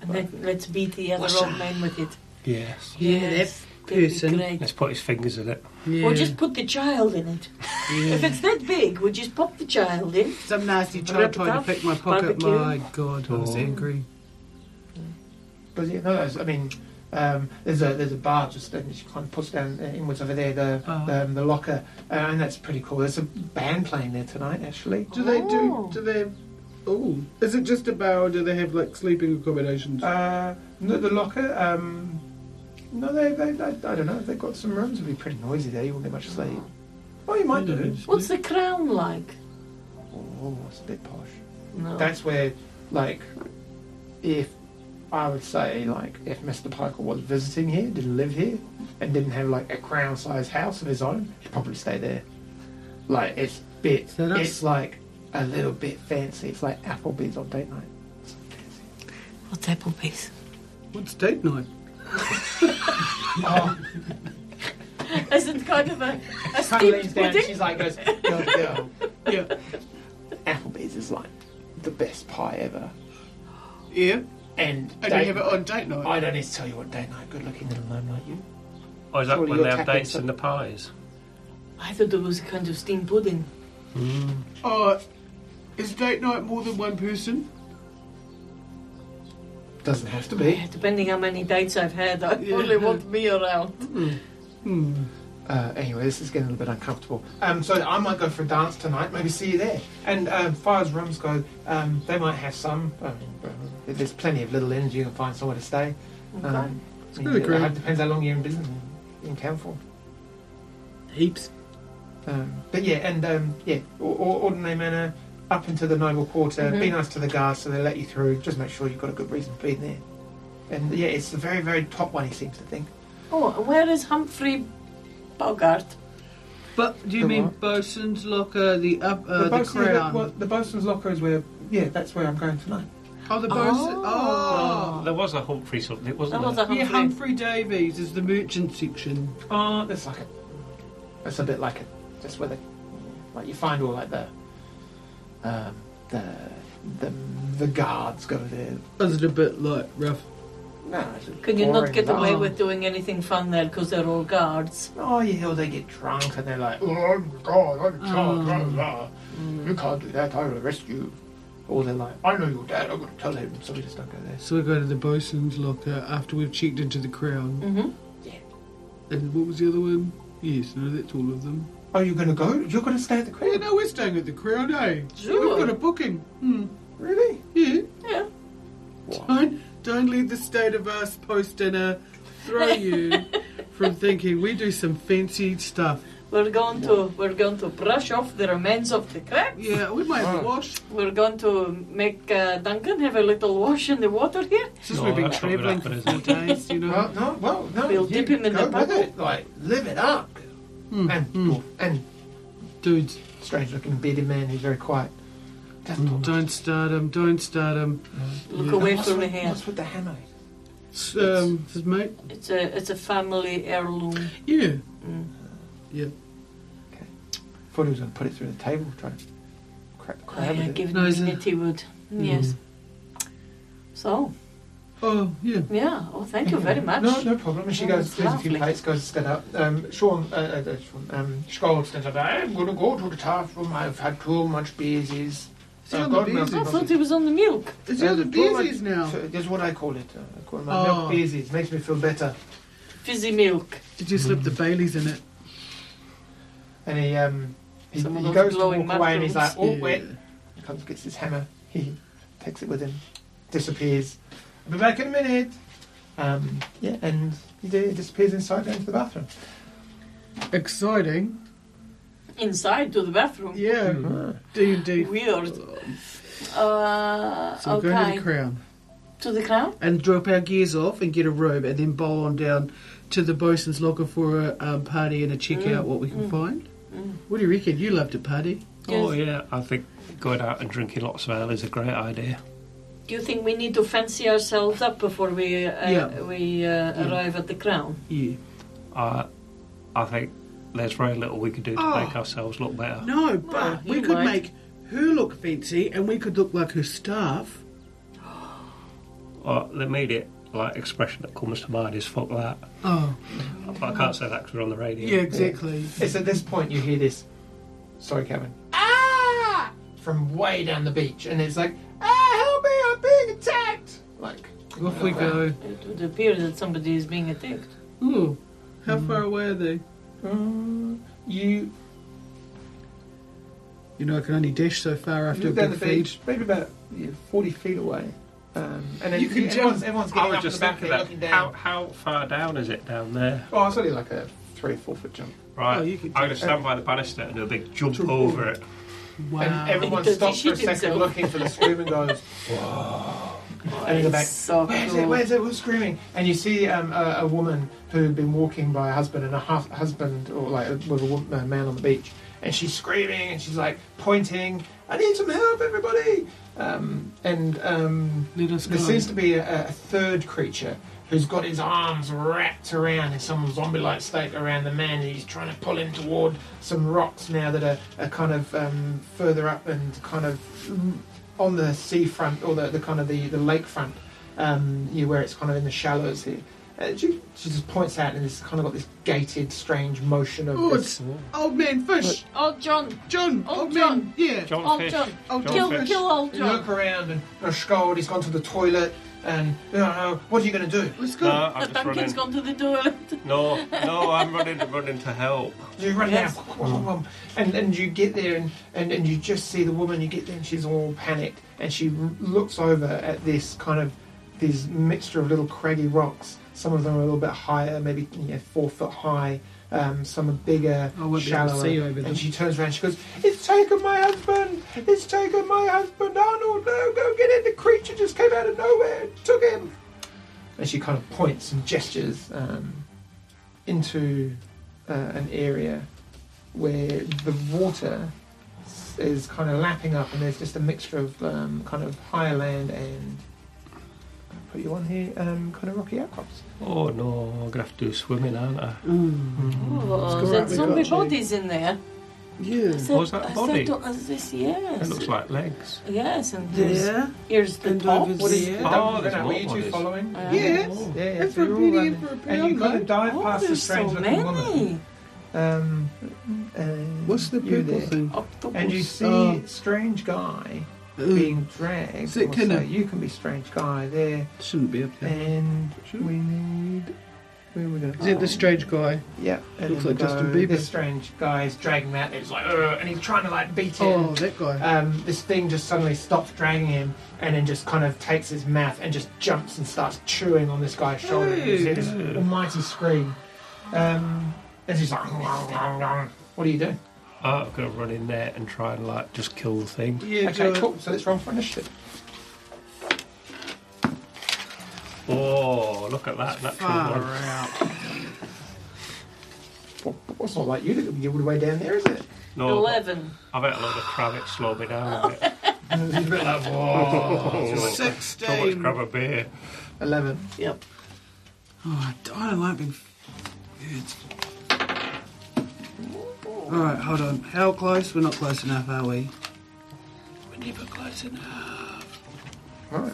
[SPEAKER 4] And let, let's beat the other old man with it.
[SPEAKER 3] Yes.
[SPEAKER 4] Yes. It'd be
[SPEAKER 5] person.
[SPEAKER 4] great.
[SPEAKER 3] Let's put his fingers in it.
[SPEAKER 5] Yeah.
[SPEAKER 4] Or just put the child in it. If it's that big, we just pop the child in.
[SPEAKER 5] Some nasty
[SPEAKER 4] Rip
[SPEAKER 5] child
[SPEAKER 4] it
[SPEAKER 5] tried
[SPEAKER 4] off,
[SPEAKER 5] to pick my pocket.
[SPEAKER 4] barbecue.
[SPEAKER 5] My God, I was
[SPEAKER 3] Oh.
[SPEAKER 5] angry.
[SPEAKER 2] But yeah, no, it's- I mean, um, there's a there's a bar just and she kind of puts down uh, inwards over there the
[SPEAKER 5] Oh.
[SPEAKER 2] um, the locker, uh, and that's pretty cool. There's a band playing there tonight, actually.
[SPEAKER 5] Do they do?
[SPEAKER 4] Oh.
[SPEAKER 5] Do they? Oh, is it just a bar, or do they have like sleeping accommodations?
[SPEAKER 2] Uh, no, the locker. Um, no, they, they, they I don't know. They've got some rooms. It'd be pretty noisy there. You won't get much sleep. Oh, you might do.
[SPEAKER 4] What's the crown like?
[SPEAKER 2] Oh, it's a bit posh.
[SPEAKER 4] No.
[SPEAKER 2] That's where, like, if I would say, like, if Mr. Piker was visiting here, didn't live here, and didn't have like a crown-sized house of his own, he'd probably stay there. Like, it's bit.
[SPEAKER 5] So that's-
[SPEAKER 2] It's like a little bit fancy. It's like Applebee's on date night.
[SPEAKER 8] What's Applebee's?
[SPEAKER 5] What's date night?
[SPEAKER 2] Oh,
[SPEAKER 4] Is it kind of a, a
[SPEAKER 2] Hannah leans
[SPEAKER 4] steamed
[SPEAKER 2] down.
[SPEAKER 4] pudding?
[SPEAKER 2] She's like, goes, girl, girl.
[SPEAKER 5] Yeah,
[SPEAKER 2] Applebee's is like the best pie ever.
[SPEAKER 5] yeah.
[SPEAKER 2] And
[SPEAKER 5] And
[SPEAKER 2] date
[SPEAKER 5] you have it on date night.
[SPEAKER 2] I don't need to tell you what day night good looking little gnome like you.
[SPEAKER 3] Or is that
[SPEAKER 2] Surely
[SPEAKER 3] when
[SPEAKER 2] you're
[SPEAKER 3] they have
[SPEAKER 2] tapping
[SPEAKER 3] dates in the pies?
[SPEAKER 4] I thought it was a kind of steamed pudding.
[SPEAKER 5] Oh, is date night more than one person?
[SPEAKER 2] Doesn't have to
[SPEAKER 4] Yeah,
[SPEAKER 2] be.
[SPEAKER 4] depending how many dates I've had, I
[SPEAKER 5] Yeah.
[SPEAKER 4] only want me around.
[SPEAKER 5] Hmm.
[SPEAKER 2] Uh, anyway, this is getting a little bit uncomfortable. Um, so I might go for a dance tonight. Maybe see you there. And um, far as rooms go, um, they might have some. I mean, uh, there's plenty of little inns. You can find somewhere to stay.
[SPEAKER 4] Uh-huh.
[SPEAKER 2] Um,
[SPEAKER 5] Okay. It's good,
[SPEAKER 2] yeah,
[SPEAKER 5] Graham.
[SPEAKER 2] It depends how long you're in business in town for.
[SPEAKER 5] Heaps.
[SPEAKER 2] Um, but yeah, and um, yeah, or, or ordinary manner up into the noble quarter.
[SPEAKER 4] Mhm.
[SPEAKER 2] Be nice to the guards so they let you through. Just make sure you've got a good reason for being there. And yeah, it's the very, very top one. He seems to think.
[SPEAKER 4] Oh, and where is Humphrey Bogart?
[SPEAKER 5] But do you
[SPEAKER 2] The
[SPEAKER 5] mean
[SPEAKER 2] what?
[SPEAKER 5] bosun's locker, the up, uh, the,
[SPEAKER 2] bosun's-
[SPEAKER 5] crown?
[SPEAKER 2] well, the bosun's locker is where. Yeah, that's where I'm going tonight.
[SPEAKER 5] Oh, the bosun. Oh.
[SPEAKER 3] There was a Humphrey something,
[SPEAKER 4] That
[SPEAKER 3] wasn't
[SPEAKER 4] was
[SPEAKER 3] there?
[SPEAKER 4] a Humphrey.
[SPEAKER 5] Yeah, Humphrey Davies is the merchant section.
[SPEAKER 2] Oh, that's like a. It's a bit like a. That's where the. Like you find all like the. Um, the the the guards go there.
[SPEAKER 5] Is it a bit like rough?
[SPEAKER 2] No, it's just
[SPEAKER 4] Can you
[SPEAKER 2] boring
[SPEAKER 4] not get away
[SPEAKER 2] bar.
[SPEAKER 4] with doing anything fun there because they're all guards?
[SPEAKER 2] Oh yeah, or they get drunk and they're like, oh I'm the guard, I'm the guard, blah, blah.
[SPEAKER 4] Mm.
[SPEAKER 2] you can't do that, I'll arrest you. Or they're like, I know your dad, I'm gonna tell him. So we just don't go there.
[SPEAKER 5] So we go to the bosun's locker after we've checked into the crown.
[SPEAKER 4] Mm-hmm.
[SPEAKER 5] And what was the other one? Yes, no, that's all of them.
[SPEAKER 2] Are you gonna go? You're gonna stay at the
[SPEAKER 5] Yeah,
[SPEAKER 2] crib?
[SPEAKER 5] no, we're staying at the crown, eh?
[SPEAKER 4] Sure.
[SPEAKER 5] We've got a booking. Hmm.
[SPEAKER 2] Really?
[SPEAKER 5] Yeah.
[SPEAKER 4] Yeah.
[SPEAKER 5] Don't, don't let the state of us post dinner throw you from thinking we do some fancy stuff.
[SPEAKER 4] We're going to we're going to brush off the remains of the crab.
[SPEAKER 5] Yeah, we might have a wash.
[SPEAKER 4] We're going to make uh, Duncan have a little wash in the water here.
[SPEAKER 5] Since
[SPEAKER 3] No,
[SPEAKER 5] we've been
[SPEAKER 3] that's not gonna
[SPEAKER 5] travelling for four
[SPEAKER 3] happen,
[SPEAKER 5] days, you know.
[SPEAKER 2] Well, no, well, no.
[SPEAKER 4] We'll
[SPEAKER 2] you
[SPEAKER 4] dip him in
[SPEAKER 2] go
[SPEAKER 4] the Mm,
[SPEAKER 2] with
[SPEAKER 4] puddle.
[SPEAKER 2] it, Like, live it up.
[SPEAKER 5] Hmm,
[SPEAKER 2] And,
[SPEAKER 5] hmm.
[SPEAKER 2] and
[SPEAKER 5] Dudes,
[SPEAKER 2] strange looking bearded man who's very quiet. Doesn't talk much.
[SPEAKER 5] don't start him, don't start him.
[SPEAKER 4] Look
[SPEAKER 5] Yeah.
[SPEAKER 4] away
[SPEAKER 2] What's
[SPEAKER 4] from the
[SPEAKER 2] with-
[SPEAKER 4] hair.
[SPEAKER 2] What's with the hammer?
[SPEAKER 5] S- Um, his mate?
[SPEAKER 4] It's a it's a family heirloom.
[SPEAKER 5] Yeah.
[SPEAKER 4] Mm.
[SPEAKER 5] Yeah.
[SPEAKER 2] Thought he was gonna put it through the table, try to crack the crab.
[SPEAKER 4] Oh, yeah,
[SPEAKER 2] with it.
[SPEAKER 4] given
[SPEAKER 5] No, is it- Mm.
[SPEAKER 4] dignity would. Yes. So
[SPEAKER 5] Oh, yeah.
[SPEAKER 4] yeah. Oh, thank you very much.
[SPEAKER 2] No, no problem. And she
[SPEAKER 4] Oh,
[SPEAKER 2] goes,
[SPEAKER 4] that's
[SPEAKER 2] there's a few
[SPEAKER 4] lovely.
[SPEAKER 2] plates, goes to stand up. Um, Sean, uh, uh, uh, Sean um, Skold stands up. I'm going to go to the tap room. I've had too much beers.
[SPEAKER 5] Is he
[SPEAKER 2] Oh,
[SPEAKER 5] on the
[SPEAKER 2] God, no.
[SPEAKER 5] beesies?
[SPEAKER 4] I thought it was on the milk.
[SPEAKER 5] Is he on the beesies now?
[SPEAKER 2] That's what I call it. Uh, I call my
[SPEAKER 5] Oh.
[SPEAKER 2] milk beers. It makes me feel better.
[SPEAKER 4] Fizzy milk.
[SPEAKER 5] Did you slip the Baileys in it?
[SPEAKER 2] And he, um, he,
[SPEAKER 4] Some of
[SPEAKER 2] he
[SPEAKER 4] those
[SPEAKER 2] goes to walk
[SPEAKER 4] glowing
[SPEAKER 2] away and he's like, oh,
[SPEAKER 5] Yeah.
[SPEAKER 2] wait. He comes, gets his hammer. He takes it with him, disappears. I'll be back in a minute. Um, yeah, and he di- disappears inside, going to the bathroom.
[SPEAKER 5] Exciting.
[SPEAKER 4] Inside to the bathroom.
[SPEAKER 5] Yeah.
[SPEAKER 2] Mm-hmm.
[SPEAKER 5] D&D.
[SPEAKER 4] Weird. Uh,
[SPEAKER 5] So we go to
[SPEAKER 4] okay.
[SPEAKER 5] the crown.
[SPEAKER 4] to the crown.
[SPEAKER 5] and drop our gears off and get a robe and then bowl on down to the bosun's locker for a um, party and a check out what we can find. What do you reckon? You love to party.
[SPEAKER 3] Oh,
[SPEAKER 4] Yes.
[SPEAKER 3] yeah. I think going out and drinking lots of ale is a great idea.
[SPEAKER 4] Do you think we need to fancy ourselves up before we uh,
[SPEAKER 5] Yeah.
[SPEAKER 4] we uh, arrive at the crown?
[SPEAKER 5] Yeah.
[SPEAKER 3] I, I think there's very little we could do to
[SPEAKER 5] Oh.
[SPEAKER 3] make ourselves look better.
[SPEAKER 5] No, but
[SPEAKER 4] you
[SPEAKER 5] we could
[SPEAKER 4] might.
[SPEAKER 5] make her look fancy and we could look like her staff.
[SPEAKER 3] Or the immediate like expression that comes to mind is "fuck that."
[SPEAKER 5] Oh,
[SPEAKER 3] But I can't say that because we're on the radio.
[SPEAKER 5] yeah, exactly.
[SPEAKER 2] It's at this point you hear this. Sorry, Kevin. Ah! From way down the beach, and it's like, ah, help me! I'm being attacked. Like,
[SPEAKER 5] Off we go.
[SPEAKER 4] It would appear that somebody is being attacked.
[SPEAKER 5] Ooh, how far away are they?
[SPEAKER 2] mm, you
[SPEAKER 5] You know, I can only dash so far after
[SPEAKER 2] you
[SPEAKER 5] a
[SPEAKER 2] look down
[SPEAKER 5] big
[SPEAKER 2] the
[SPEAKER 5] feed.
[SPEAKER 2] beach, maybe about yeah, forty feet away, um, and then
[SPEAKER 5] You can
[SPEAKER 2] everyone's, everyone's
[SPEAKER 3] I
[SPEAKER 2] getting
[SPEAKER 3] was
[SPEAKER 2] up
[SPEAKER 3] just
[SPEAKER 2] and about
[SPEAKER 3] thinking
[SPEAKER 2] there
[SPEAKER 3] that.
[SPEAKER 2] looking
[SPEAKER 3] How,
[SPEAKER 2] down.
[SPEAKER 3] how far down is it down there?
[SPEAKER 2] Oh, it's only like a three or four foot jump.
[SPEAKER 3] Right.
[SPEAKER 5] Oh, you could
[SPEAKER 3] I'm going to stand by the banister and do a big jump
[SPEAKER 2] Jump
[SPEAKER 3] over it.
[SPEAKER 5] Wow.
[SPEAKER 2] And everyone
[SPEAKER 4] Does he
[SPEAKER 2] stops for a
[SPEAKER 4] shit
[SPEAKER 2] second
[SPEAKER 4] himself?
[SPEAKER 2] looking for the scream and goes, "Oh." Whoa. And you go back,
[SPEAKER 4] So
[SPEAKER 2] Where's
[SPEAKER 4] cool.
[SPEAKER 2] it? Where's it? Who's screaming? And you see um, a, a woman who'd been walking by a husband and a hus- husband, or like with a, woman, a man on the beach, and she's screaming and she's like pointing, I need some help, everybody! Um, and um,
[SPEAKER 5] Let us
[SPEAKER 2] there
[SPEAKER 5] go.
[SPEAKER 2] seems to be a, a third creature who's got his arms wrapped around in some zombie-like state around the man, and he's trying to pull him toward some rocks now that are, are kind of um, further up and kind of mm, on the seafront or the, the kind of the, the lakefront, um, you where it's kind of in the shallows here. Uh, she, she just points out, and it's kind of got this gated, strange motion of
[SPEAKER 5] Oh,
[SPEAKER 2] this.
[SPEAKER 5] it's old man fish.
[SPEAKER 4] Oh, John.
[SPEAKER 5] John.
[SPEAKER 4] Oh,
[SPEAKER 5] old
[SPEAKER 4] John.
[SPEAKER 5] man. Yeah.
[SPEAKER 3] John
[SPEAKER 4] Oh,
[SPEAKER 3] Fish.
[SPEAKER 4] John.
[SPEAKER 5] Oh,
[SPEAKER 3] John
[SPEAKER 4] Kill,
[SPEAKER 3] Fish.
[SPEAKER 4] kill old
[SPEAKER 2] You look
[SPEAKER 4] John.
[SPEAKER 2] around, and you know, scold. He's gone to the toilet, and you don't know what are you going to do?
[SPEAKER 5] Let's go.
[SPEAKER 3] No, I'm just
[SPEAKER 4] The
[SPEAKER 3] running.
[SPEAKER 4] Duncan's gone to the toilet.
[SPEAKER 3] No, no, I'm running, running to help.
[SPEAKER 2] You run
[SPEAKER 4] Yes.
[SPEAKER 2] down, whom, whom, whom, and and you get there, and, and and you just see the woman. You get there, and she's all panicked, and she r- looks over at this kind of this mixture of little craggy rocks. Some of them are a little bit higher, maybe you know, four foot high. Um, some are bigger,
[SPEAKER 5] I won't be able to
[SPEAKER 2] shallower.
[SPEAKER 5] see over them.
[SPEAKER 2] and she turns around, she goes, "It's taken my husband! It's taken my husband! Arnold, no, go get it! The creature just came out of nowhere, and took him!" And she kind of points and gestures um, into uh, an area where the water s- is kind of lapping up, and there's just a mixture of um, kind of higher land and I'll put you on here, um, kind of rocky outcrops.
[SPEAKER 3] Oh no, I'm gonna have to do swimming, aren't I?
[SPEAKER 5] Mm.
[SPEAKER 4] Oh,
[SPEAKER 5] go
[SPEAKER 4] that
[SPEAKER 5] out, we
[SPEAKER 4] zombie
[SPEAKER 5] got you.
[SPEAKER 4] body's in there.
[SPEAKER 5] Yeah.
[SPEAKER 4] Is
[SPEAKER 3] Was that
[SPEAKER 4] is
[SPEAKER 3] body?
[SPEAKER 4] that- is uh, this, yes.
[SPEAKER 3] It looks like legs.
[SPEAKER 4] Yes, and here's,
[SPEAKER 5] Yeah.
[SPEAKER 4] here's the
[SPEAKER 7] And
[SPEAKER 4] top.
[SPEAKER 7] over
[SPEAKER 2] What is
[SPEAKER 7] Yeah.
[SPEAKER 2] don't-
[SPEAKER 3] Oh,
[SPEAKER 2] don't
[SPEAKER 3] there's
[SPEAKER 2] know,
[SPEAKER 3] a
[SPEAKER 2] Were
[SPEAKER 3] lot
[SPEAKER 2] you
[SPEAKER 3] on
[SPEAKER 2] two
[SPEAKER 3] this.
[SPEAKER 2] following?
[SPEAKER 4] Uh,
[SPEAKER 5] Yes.
[SPEAKER 2] Yeah, yeah, so
[SPEAKER 5] That's for
[SPEAKER 2] you're
[SPEAKER 5] a
[SPEAKER 2] all
[SPEAKER 5] penny
[SPEAKER 2] running.
[SPEAKER 5] and for a pound.
[SPEAKER 2] And you kind of
[SPEAKER 5] mate.
[SPEAKER 2] dive
[SPEAKER 4] Oh,
[SPEAKER 2] past the
[SPEAKER 4] there's so
[SPEAKER 2] strange looking woman.
[SPEAKER 4] many.
[SPEAKER 2] Um, uh,
[SPEAKER 5] What's the
[SPEAKER 2] you
[SPEAKER 5] purple
[SPEAKER 2] there.
[SPEAKER 5] thing?
[SPEAKER 4] Octopus.
[SPEAKER 2] And you see
[SPEAKER 5] Oh.
[SPEAKER 2] strange guy
[SPEAKER 5] Ooh,
[SPEAKER 2] being dragged.
[SPEAKER 5] Is it
[SPEAKER 2] What's
[SPEAKER 5] kinda-
[SPEAKER 2] that? You can be strange guy there,
[SPEAKER 5] shouldn't be up there.
[SPEAKER 2] and
[SPEAKER 5] Sure.
[SPEAKER 2] we need. Where are we going?
[SPEAKER 5] Is it the strange guy?
[SPEAKER 2] Yeah, and
[SPEAKER 5] Looks
[SPEAKER 2] then
[SPEAKER 5] like Justin
[SPEAKER 2] go,
[SPEAKER 5] Bieber.
[SPEAKER 2] This strange guy is dragging that. It's like, "Ugh," and he's trying to like beat him.
[SPEAKER 5] Oh, that guy.
[SPEAKER 2] Um, this thing just suddenly stops dragging him, and then just kind of takes his mouth and just jumps and starts chewing on this guy's shoulder. And you see this almighty scream, um, and he's like, "Nom, nom, nom." "What are you doing?"
[SPEAKER 3] Ah, I'm gonna run in there and try and like just kill the thing.
[SPEAKER 5] yeah,
[SPEAKER 2] okay,
[SPEAKER 5] do it.
[SPEAKER 2] cool. So let's run for initiative.
[SPEAKER 3] Oh, look at that natural
[SPEAKER 5] Far
[SPEAKER 3] one.
[SPEAKER 5] out.
[SPEAKER 2] Well, it's not like you to give it away down there, is it?
[SPEAKER 3] No, but
[SPEAKER 4] Eleven.
[SPEAKER 3] I've had a load of crab. It slowed me
[SPEAKER 5] Oh,
[SPEAKER 3] down a bit.
[SPEAKER 2] It's a bit like, whoa.
[SPEAKER 3] So much
[SPEAKER 5] Sixteen.
[SPEAKER 3] grab a beer.
[SPEAKER 2] 11.
[SPEAKER 4] Yep.
[SPEAKER 5] Oh, I don't like being. It's... All right, hold on. How close? We're not close enough, are we? We're never close enough.
[SPEAKER 2] Right.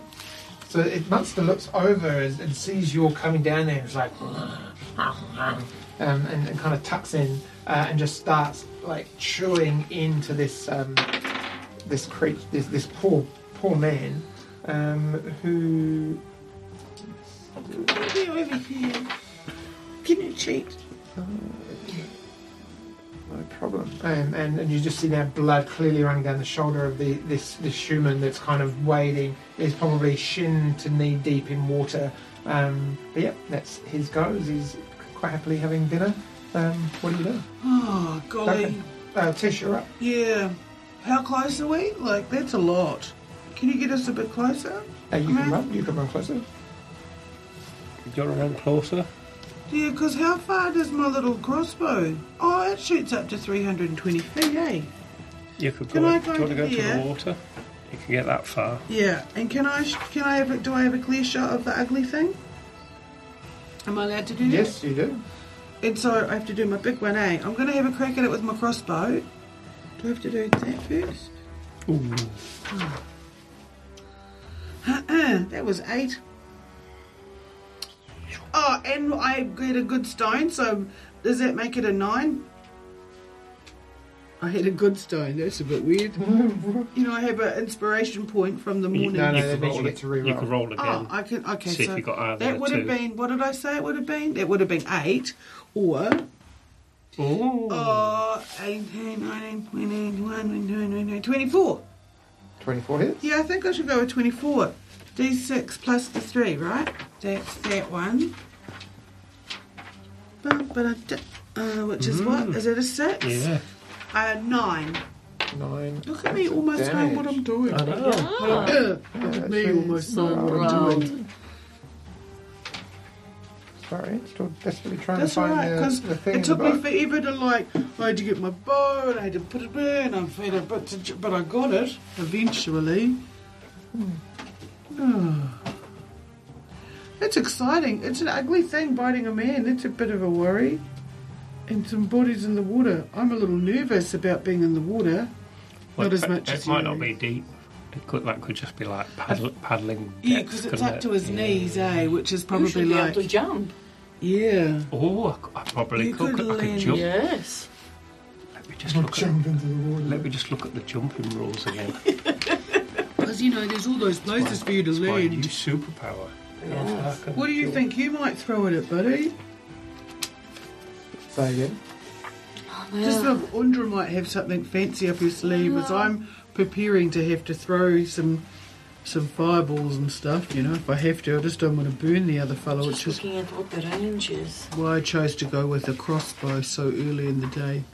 [SPEAKER 2] So it Munster looks over as, and sees you're coming down there. It's like, um, and, and kind of tucks in uh, and just starts like chewing into this um, this creature, this, this poor poor man um, who
[SPEAKER 7] Be over here. Give me a cheek.
[SPEAKER 2] No problem. Um, and, and you just see that blood clearly running down the shoulder of the this this human that's kind of wading. Is probably shin to knee deep in water. Um, but yeah, that's his goes. He's quite happily having dinner. Um, what do you do?
[SPEAKER 5] Oh golly.
[SPEAKER 2] Okay. Uh, Tish, you're up.
[SPEAKER 5] Yeah. How close are we? Like that's a lot. Can you get us a bit closer?
[SPEAKER 2] Uh, you can
[SPEAKER 5] Mhm.
[SPEAKER 2] run. You can run closer.
[SPEAKER 3] Do you want to run closer?
[SPEAKER 5] Yeah, because how far does my little crossbow? Oh, it shoots up to 320 feet, eh?
[SPEAKER 3] You could go.
[SPEAKER 5] Can
[SPEAKER 3] do
[SPEAKER 5] I
[SPEAKER 3] you
[SPEAKER 5] go
[SPEAKER 3] want to go
[SPEAKER 5] to
[SPEAKER 3] to
[SPEAKER 5] here?
[SPEAKER 3] the water? You can get that far.
[SPEAKER 5] Yeah, and can I sh- can I have a, do I have a clear shot of the ugly thing? Am I allowed to do that?
[SPEAKER 2] Yes, you do.
[SPEAKER 5] And so I have to do my big one, eh? I'm going to have a crack at it with my crossbow. Do I have to do that first?
[SPEAKER 3] Ooh.
[SPEAKER 5] Uh-uh, that was eight.
[SPEAKER 7] Oh, and I get a good stone, so does that make it a nine?
[SPEAKER 5] I had a good stone. That's a bit weird.
[SPEAKER 7] You know, I have an inspiration point from the
[SPEAKER 3] You,
[SPEAKER 7] morning.
[SPEAKER 2] No, no,
[SPEAKER 3] you
[SPEAKER 2] that
[SPEAKER 3] could
[SPEAKER 2] means you
[SPEAKER 3] roll
[SPEAKER 2] get
[SPEAKER 3] it.
[SPEAKER 2] to re-roll.
[SPEAKER 3] You could roll again.
[SPEAKER 7] Oh, I can. Okay,
[SPEAKER 3] See if
[SPEAKER 7] so
[SPEAKER 3] you got either
[SPEAKER 7] that would have
[SPEAKER 3] two.
[SPEAKER 7] been. What did I say? It would have been. That would have been eight, or
[SPEAKER 3] Ooh.
[SPEAKER 5] Oh.
[SPEAKER 7] uh, 18, 19, 20, 21, 22, 24.
[SPEAKER 2] 24 hits.
[SPEAKER 7] Yeah, I think I should go with 24. D6 plus the 3, right? That's that one. Bum, ba, da, da. Uh, which is what? Is it a 6?
[SPEAKER 3] Yeah.
[SPEAKER 7] Uh, 9.
[SPEAKER 2] Nine.
[SPEAKER 7] Look at me almost knowing what I'm doing.
[SPEAKER 2] I know. Uh,
[SPEAKER 5] Me almost knowing what I'm doing.
[SPEAKER 2] Sorry, still desperately trying
[SPEAKER 7] That's
[SPEAKER 2] to find
[SPEAKER 7] alright,
[SPEAKER 2] the-
[SPEAKER 7] because
[SPEAKER 2] the thing in
[SPEAKER 7] it took
[SPEAKER 2] the
[SPEAKER 7] me
[SPEAKER 2] book.
[SPEAKER 7] forever to like, I had to get my bow and I had to put it in, I'm feeling a bit, to, but I got it eventually. it's exciting. It's an ugly thing biting a man. It's a bit of a worry. And some bodies in the water. I'm a little nervous about being in the water.
[SPEAKER 3] Well,
[SPEAKER 7] Not as
[SPEAKER 3] it-
[SPEAKER 7] much
[SPEAKER 3] It
[SPEAKER 7] as
[SPEAKER 3] might
[SPEAKER 7] you.
[SPEAKER 3] not be deep. It could, that could just be like paddle, paddling.
[SPEAKER 7] Yeah,
[SPEAKER 3] depth,
[SPEAKER 7] because it's
[SPEAKER 3] couldn't
[SPEAKER 7] up
[SPEAKER 3] it?
[SPEAKER 7] to his
[SPEAKER 3] Yeah.
[SPEAKER 7] knees, eh? Which is
[SPEAKER 4] You
[SPEAKER 7] probably
[SPEAKER 4] should be
[SPEAKER 7] like,
[SPEAKER 4] able to jump.
[SPEAKER 7] yeah.
[SPEAKER 3] Oh, I, c- I probably
[SPEAKER 7] You
[SPEAKER 3] could.
[SPEAKER 7] could
[SPEAKER 3] I could
[SPEAKER 7] land-
[SPEAKER 3] jump.
[SPEAKER 4] Yes.
[SPEAKER 3] Let me just look. At,
[SPEAKER 2] Jump into the water.
[SPEAKER 3] let me just look at the jumping rules again.
[SPEAKER 5] Because, you know, there's all those places for you to
[SPEAKER 3] My new
[SPEAKER 5] learn.
[SPEAKER 3] superpower. Yes.
[SPEAKER 5] What do you think you might throw it at, buddy?
[SPEAKER 2] Say again.
[SPEAKER 5] Just thought Undra might have something fancy up his sleeve as I'm preparing to have to throw some some fireballs and stuff, you know, if I have to. I just don't want to burn the other fellow,
[SPEAKER 4] Just
[SPEAKER 5] which is
[SPEAKER 4] looking at what the range is.
[SPEAKER 5] why I chose to go with a crossbow so early in the day.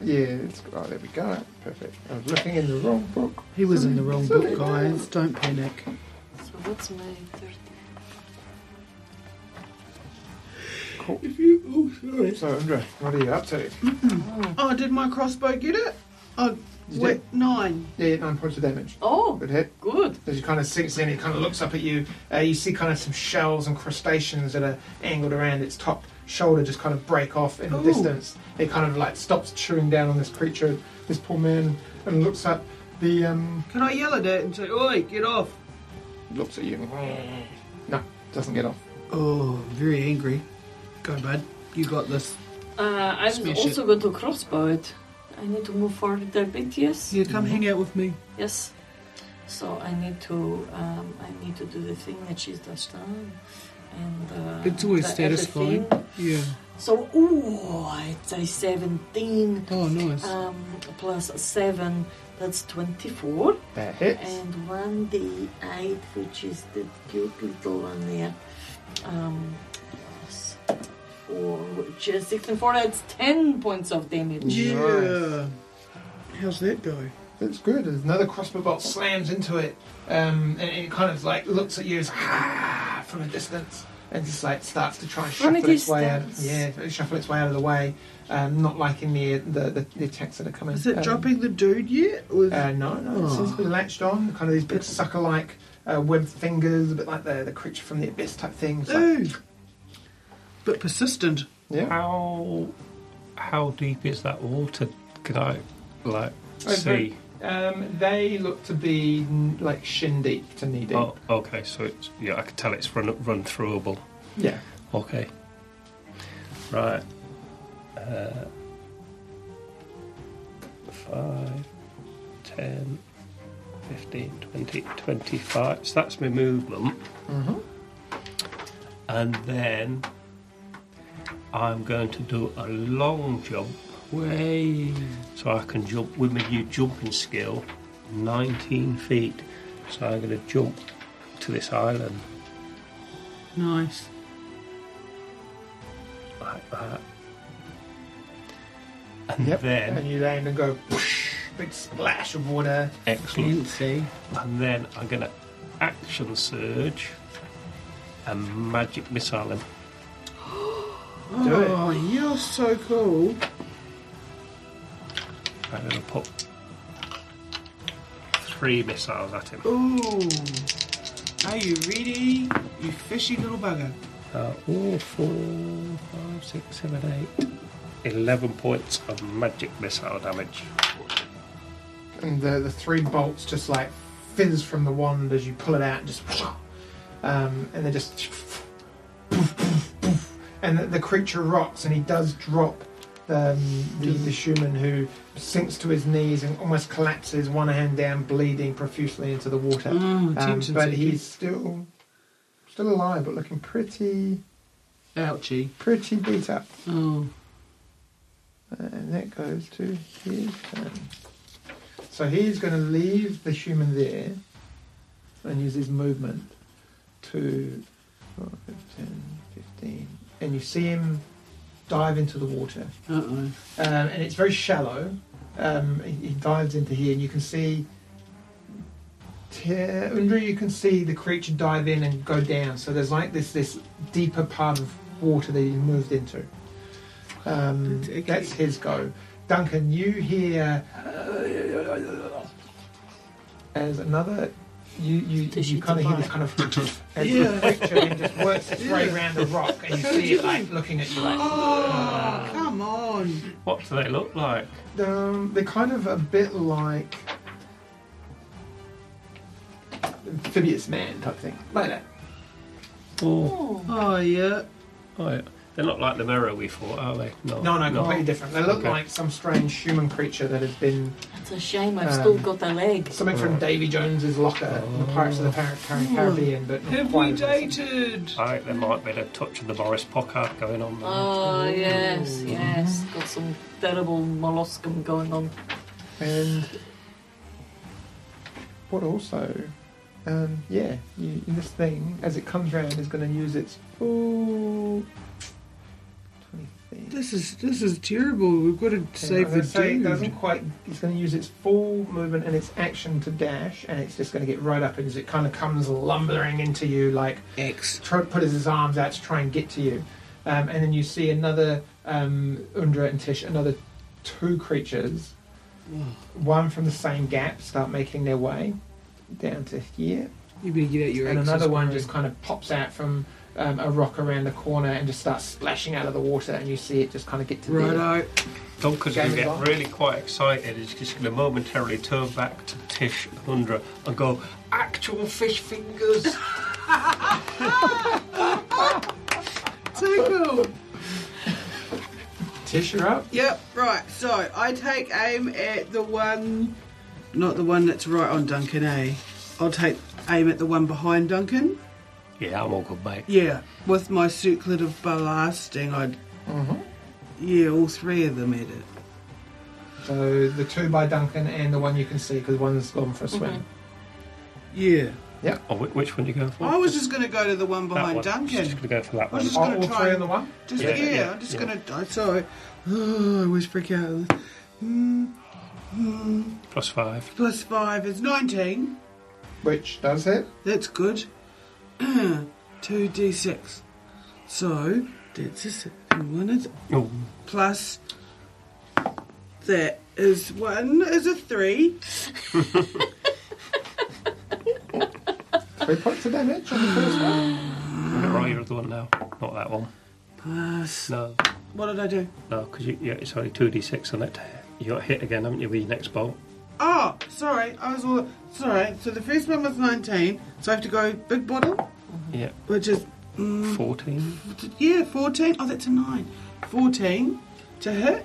[SPEAKER 2] Yeah, it's oh there we go. Perfect. I was looking in the wrong book.
[SPEAKER 5] He was in the wrong book, guys. Don't panic.
[SPEAKER 4] So what's my 30?
[SPEAKER 5] If you, oh, sorry.
[SPEAKER 2] So Andra, what are you up to?
[SPEAKER 7] Oh, did my crossbow get it? Oh,
[SPEAKER 2] You
[SPEAKER 7] wait, nine.
[SPEAKER 2] Yeah, nine points of damage.
[SPEAKER 4] Oh,
[SPEAKER 2] Good hit.
[SPEAKER 4] good.
[SPEAKER 2] As you kind of sinks in, it kind of looks up at you. Uh, you see kind of some shells and crustaceans that are angled around its top shoulder, just kind of break off in the
[SPEAKER 7] Ooh.
[SPEAKER 2] distance. It kind of like stops chewing down on this creature, this poor man, and looks up. The um,
[SPEAKER 7] Can I yell at it and say, "Oi, get off"?
[SPEAKER 2] looks at you. No, doesn't get off.
[SPEAKER 5] Oh, very angry. Go, bud. You got this.
[SPEAKER 4] Uh, I'm
[SPEAKER 5] Smash it.
[SPEAKER 4] also going to crossbow it. I need to move forward a bit, yes?
[SPEAKER 5] Yeah, come hang out with me.
[SPEAKER 4] Yes. So I need to um, I need to do the thing that she's just done. And, uh,
[SPEAKER 5] It's always
[SPEAKER 4] the
[SPEAKER 5] satisfying.
[SPEAKER 4] everything.
[SPEAKER 5] Yeah.
[SPEAKER 4] So, ooh, it's a 17
[SPEAKER 5] Oh, nice.
[SPEAKER 4] um, plus 7, that's 24.
[SPEAKER 2] That hits.
[SPEAKER 4] And 1d8, which is the cute little one there. Um, plus 4, which
[SPEAKER 8] uh,
[SPEAKER 4] is 6 and 4, that's 10 points of damage.
[SPEAKER 5] yeah. How's that go?
[SPEAKER 2] That's good. There's another crossbow bolt slams into it, um, and it kind of like looks at you as ah, from a distance, and just like starts to try and
[SPEAKER 4] From a
[SPEAKER 2] shuffle its way out. Yeah,
[SPEAKER 4] distance.
[SPEAKER 2] shuffle its way out of the way, um, not liking the the, the, the attacks that are coming.
[SPEAKER 5] Is it
[SPEAKER 2] Um,
[SPEAKER 5] dropping the dude yet? Or is
[SPEAKER 2] Uh, no, no.
[SPEAKER 5] Oh.
[SPEAKER 2] It seems to be latched on. Kind of these big sucker-like uh, webbed fingers, a bit like the the creature from the abyss type thing. It's like-
[SPEAKER 5] Ooh. But persistent.
[SPEAKER 2] yeah.
[SPEAKER 3] How how deep is that water? Could I like
[SPEAKER 2] Over.
[SPEAKER 3] see?
[SPEAKER 2] Um, they look to be mm, like shin deep to knee deep.
[SPEAKER 3] Oh, okay. So it's yeah, I can tell it's run run throwable.
[SPEAKER 2] Yeah.
[SPEAKER 3] Okay. Right. Uh, five, ten, fifteen, twenty, twenty-five. So that's my movement.
[SPEAKER 2] Mm-hmm.
[SPEAKER 3] And then I'm going to do a long jump. Way. So I can jump with my new jumping skill 19 feet. So I'm going to jump to this island
[SPEAKER 5] Nice.
[SPEAKER 3] like that. And
[SPEAKER 2] Yep.
[SPEAKER 3] then,
[SPEAKER 2] And you land and go, whoosh, big splash of water.
[SPEAKER 3] excellent.
[SPEAKER 5] Fancy.
[SPEAKER 3] And then I'm going to action surge and magic missile him.
[SPEAKER 2] Do it.
[SPEAKER 5] Oh, you're so cool.
[SPEAKER 3] I'm going to put three missiles at him.
[SPEAKER 7] Ooh. Are you ready? You fishy little bugger.
[SPEAKER 3] Uh, oh, four, five, six, seven, eight. Eleven points of magic missile damage.
[SPEAKER 2] and the, the three bolts just like fizz from the wand as you pull it out and just um, and they just and the, the creature rocks, and he does drop um, the,
[SPEAKER 5] Mm.
[SPEAKER 2] the human who sinks to his knees and almost collapses, one hand down, bleeding profusely into the water.
[SPEAKER 5] Oh,
[SPEAKER 2] Um,
[SPEAKER 5] attention
[SPEAKER 2] but
[SPEAKER 5] seeking.
[SPEAKER 2] he's still still alive, but looking pretty
[SPEAKER 5] Ouchie.
[SPEAKER 2] pretty beat up.
[SPEAKER 5] Oh.
[SPEAKER 2] And that goes to his turn. So he's going to leave the human there and use his movement to 4, 10, 15. And you see him dive into the water.
[SPEAKER 5] Uh oh.
[SPEAKER 2] Um, and it's very shallow. Um, he, he dives into here and you can see. Te- Undra, you can see the creature dive in and go down. So there's like this this deeper part of water that he moved into. Um,
[SPEAKER 5] Okay.
[SPEAKER 2] That's his go. Duncan, you hear as another. You you,
[SPEAKER 8] Tissue
[SPEAKER 2] you kind of
[SPEAKER 8] to
[SPEAKER 2] hear this
[SPEAKER 8] bite.
[SPEAKER 2] kind of as
[SPEAKER 5] Yeah.
[SPEAKER 2] the creature then just works its way
[SPEAKER 5] Yeah.
[SPEAKER 2] around the rock and you
[SPEAKER 5] How did
[SPEAKER 2] see
[SPEAKER 5] you
[SPEAKER 2] it like looking at you like
[SPEAKER 5] Oh, come on.
[SPEAKER 3] What do they look like?
[SPEAKER 2] um, they're kind of a bit like amphibious man type thing, like that.
[SPEAKER 3] Oh,
[SPEAKER 5] Oh, yeah.
[SPEAKER 3] oh yeah. They're not like the mirror we fought, are they? Oh, No,
[SPEAKER 2] No, no, completely different. They look
[SPEAKER 3] Okay.
[SPEAKER 2] like some strange human creature that has been
[SPEAKER 8] It's a shame I've still
[SPEAKER 2] Um,
[SPEAKER 8] got a leg.
[SPEAKER 2] something from Davy Jones's locker in the Pirates of the Par- Car- Caribbean, but not
[SPEAKER 5] Have
[SPEAKER 2] quite
[SPEAKER 5] we
[SPEAKER 2] as awesome.
[SPEAKER 5] dated?
[SPEAKER 3] I think there might be a touch of the Boris Pockart going on there.
[SPEAKER 8] Oh, yes, yes. Got some terrible molluscum going on.
[SPEAKER 2] And what also, um, yeah, you, this thing as it comes round is going to use its full twenty feet.
[SPEAKER 5] This is this is terrible. We've got to
[SPEAKER 2] Okay,
[SPEAKER 5] save
[SPEAKER 2] I'm
[SPEAKER 5] the
[SPEAKER 2] gonna say it
[SPEAKER 5] dude.
[SPEAKER 2] doesn't quite. It's going to use its full movement and its action to dash, and it's just going to get right up as it kind of comes lumbering into you, like
[SPEAKER 5] X.
[SPEAKER 2] try, put his arms out to try and get to you. Um, and then you see another um, Undra and Tish, another two creatures, one from the same gap, start making their way down to here,
[SPEAKER 5] You better get out your
[SPEAKER 2] and
[SPEAKER 5] X's,
[SPEAKER 2] another one
[SPEAKER 5] Corey.
[SPEAKER 2] just kind of pops out from um, a rock around the corner and just starts splashing out of the water, and you see it just kind of get to there.
[SPEAKER 5] Righto.
[SPEAKER 3] Duncan's going to
[SPEAKER 2] Game
[SPEAKER 3] get
[SPEAKER 2] of
[SPEAKER 3] really quite excited. He's just going to momentarily turn back to Tish and Undra and go, actual fish fingers.
[SPEAKER 5] Tickle.
[SPEAKER 2] Tish, you're up.
[SPEAKER 5] Yep, right. So I take aim at the one, not the one that's right on Duncan, eh? I'll take aim at the one behind Duncan.
[SPEAKER 3] yeah, I'm all good, mate.
[SPEAKER 5] Yeah, with my circlet of blasting, I'd. Yeah, all three of them at it.
[SPEAKER 2] So the two by Duncan and the one you can see because one's gone for a swim.
[SPEAKER 5] Yeah.
[SPEAKER 3] Oh, whi- which one do you go for?
[SPEAKER 5] I was just going to go to the one
[SPEAKER 3] that
[SPEAKER 5] behind
[SPEAKER 3] one.
[SPEAKER 5] Duncan.
[SPEAKER 3] Just going to go for that
[SPEAKER 5] I
[SPEAKER 3] one.
[SPEAKER 5] was just
[SPEAKER 2] All-
[SPEAKER 5] going
[SPEAKER 2] all
[SPEAKER 5] to try.
[SPEAKER 2] three on
[SPEAKER 5] and-
[SPEAKER 2] the one.
[SPEAKER 5] Just,
[SPEAKER 3] Yeah,
[SPEAKER 5] yeah,
[SPEAKER 3] yeah,
[SPEAKER 5] I'm just
[SPEAKER 3] yeah.
[SPEAKER 5] going to. die. So, oh, I always freak out. Hmm,
[SPEAKER 3] Plus five.
[SPEAKER 5] plus five is 19.
[SPEAKER 2] Which does it?
[SPEAKER 5] That's good. 2d6. So, that's a second one. It's
[SPEAKER 3] Oh,
[SPEAKER 5] plus that is one is a three.
[SPEAKER 2] Three points of damage on the first one.
[SPEAKER 3] roll your other one now. Not that one.
[SPEAKER 5] Plus
[SPEAKER 3] No,
[SPEAKER 5] what did I do?
[SPEAKER 3] no, because yeah, it's only 2d6 on it. You got hit again, haven't you, with your next bolt?
[SPEAKER 5] Oh, sorry, I was all sorry. So the first one was nineteen. So I have to go big bottle,
[SPEAKER 3] Yeah,
[SPEAKER 5] which is mm,
[SPEAKER 3] 14.
[SPEAKER 5] yeah fourteen. Oh, that's a nine. Fourteen to hit.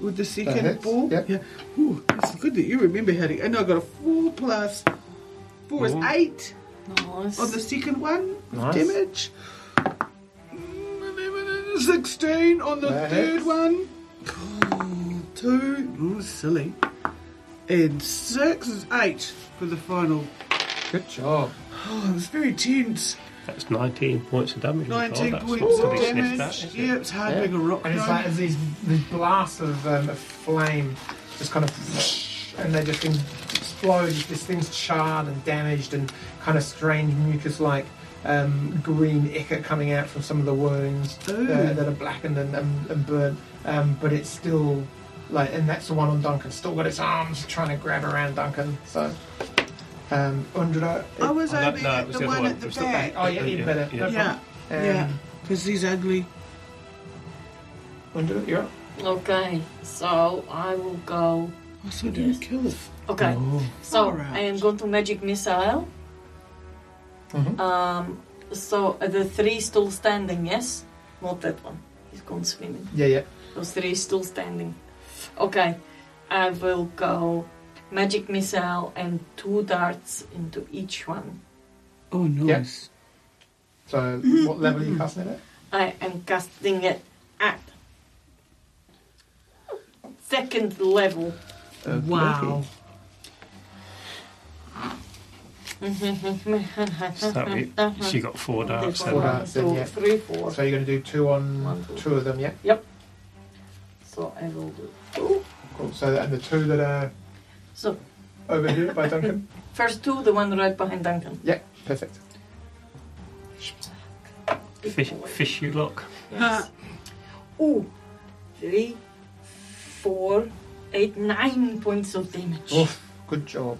[SPEAKER 5] With the second
[SPEAKER 2] hits,
[SPEAKER 5] ball,
[SPEAKER 2] yep.
[SPEAKER 5] yeah. Ooh, it's good that you remember how to. And I got a four plus four is
[SPEAKER 3] Ooh.
[SPEAKER 5] eight.
[SPEAKER 8] Nice.
[SPEAKER 5] on the second one
[SPEAKER 2] Nice.
[SPEAKER 5] damage. Mm, 11, 16 on the
[SPEAKER 2] That
[SPEAKER 5] third
[SPEAKER 2] hits.
[SPEAKER 5] one. Oh, Two. Oh, silly. And six is eight for the final.
[SPEAKER 2] Good job.
[SPEAKER 5] Oh, it was very tense.
[SPEAKER 3] That's 19 points of damage. Nicole.
[SPEAKER 5] 19
[SPEAKER 3] That's
[SPEAKER 5] points
[SPEAKER 3] not to
[SPEAKER 5] of
[SPEAKER 3] be sniffed at,
[SPEAKER 5] damage.
[SPEAKER 3] is it?
[SPEAKER 5] yeah, it's hard
[SPEAKER 2] Yeah.
[SPEAKER 5] being a rock.
[SPEAKER 2] And it's
[SPEAKER 5] now.
[SPEAKER 2] like as these these blasts of, um, of flame just kind of and they just explode. This thing's charred and damaged and kind of strange mucus-like um, green ichor coming out from some of the wounds uh,
[SPEAKER 5] Ooh.
[SPEAKER 2] that are blackened and, and, and burnt. Um, but it's still like, and that's the one on Duncan. Still got its arms trying to grab around Duncan. So um, Undra,
[SPEAKER 5] I was
[SPEAKER 3] Oh, no,
[SPEAKER 5] aiming
[SPEAKER 3] no, it
[SPEAKER 5] at
[SPEAKER 3] was
[SPEAKER 5] the
[SPEAKER 3] the other
[SPEAKER 5] one
[SPEAKER 3] one.
[SPEAKER 5] at the
[SPEAKER 3] It was the
[SPEAKER 5] back.
[SPEAKER 2] oh yeah, even better. No
[SPEAKER 5] Yeah,
[SPEAKER 2] problem.
[SPEAKER 5] yeah.
[SPEAKER 2] Um,
[SPEAKER 5] Because he's ugly.
[SPEAKER 2] Undra, you're up.
[SPEAKER 8] Okay, so I will go.
[SPEAKER 5] I thought you
[SPEAKER 8] Yes.
[SPEAKER 5] would kill it.
[SPEAKER 8] Okay, so
[SPEAKER 5] Alright.
[SPEAKER 8] I am going to magic missile.
[SPEAKER 2] Mhm.
[SPEAKER 8] Um,
[SPEAKER 4] So uh, the three still standing, yes? Not that one. He's gone swimming.
[SPEAKER 2] Yeah, yeah.
[SPEAKER 4] Those three still standing. Okay, I will go magic missile and two darts into each one.
[SPEAKER 5] Oh, nice.
[SPEAKER 2] So
[SPEAKER 5] Mm-hmm.
[SPEAKER 2] what level are you casting it at?
[SPEAKER 4] I am casting it at second level.
[SPEAKER 5] Wow.
[SPEAKER 3] So that we- she got four darts
[SPEAKER 2] Four
[SPEAKER 3] then.
[SPEAKER 2] darts.
[SPEAKER 4] One, two,
[SPEAKER 2] yeah.
[SPEAKER 4] three, four.
[SPEAKER 2] So you're going to do two on
[SPEAKER 4] One, two.
[SPEAKER 2] two of them, yeah?
[SPEAKER 4] So I will do two.
[SPEAKER 2] Cool. So that, and the two that are
[SPEAKER 4] So
[SPEAKER 2] over here by Duncan?
[SPEAKER 4] first two, the one right behind Duncan.
[SPEAKER 2] yeah, perfect.
[SPEAKER 3] Fish, fishy look.
[SPEAKER 4] Yes. Ah. Ooh, three, four, eight, nine points of damage.
[SPEAKER 2] Oof, good job.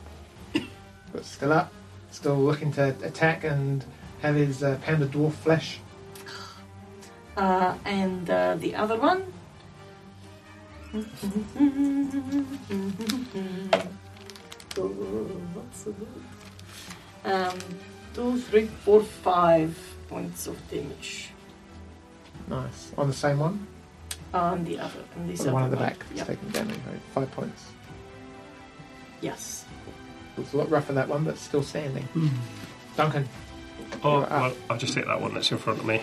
[SPEAKER 2] But still up, still looking to attack and have his uh, pound of dwarf flesh.
[SPEAKER 4] Uh, and uh, the other one. Um, two, three, four, five points of damage
[SPEAKER 2] Nice. On the same one?
[SPEAKER 4] on the other, on this
[SPEAKER 2] The
[SPEAKER 4] other
[SPEAKER 2] one at the back that's
[SPEAKER 4] Yep.
[SPEAKER 2] taking damage, right? Five points.
[SPEAKER 4] Yes.
[SPEAKER 2] Looks a lot rougher that one, but still standing. Duncan,
[SPEAKER 3] Oh,
[SPEAKER 2] You're up.
[SPEAKER 3] well, I'll just hit that one that's in front of me.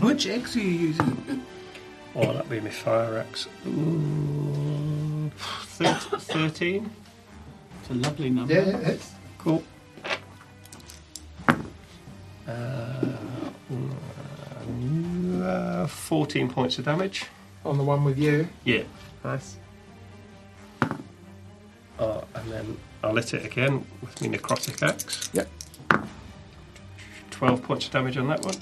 [SPEAKER 5] Which axe are you using?
[SPEAKER 3] Oh, that'd be my fire axe. Ooh, thir- 13?
[SPEAKER 5] It's a lovely number.
[SPEAKER 2] yeah, it hits.
[SPEAKER 3] Cool. Uh, mm, uh, 14 points of damage.
[SPEAKER 2] On the one with you.
[SPEAKER 3] Yeah.
[SPEAKER 2] Nice.
[SPEAKER 3] Uh, and then I'll hit it again with my necrotic axe.
[SPEAKER 2] Yep.
[SPEAKER 3] 12 points of damage on that one.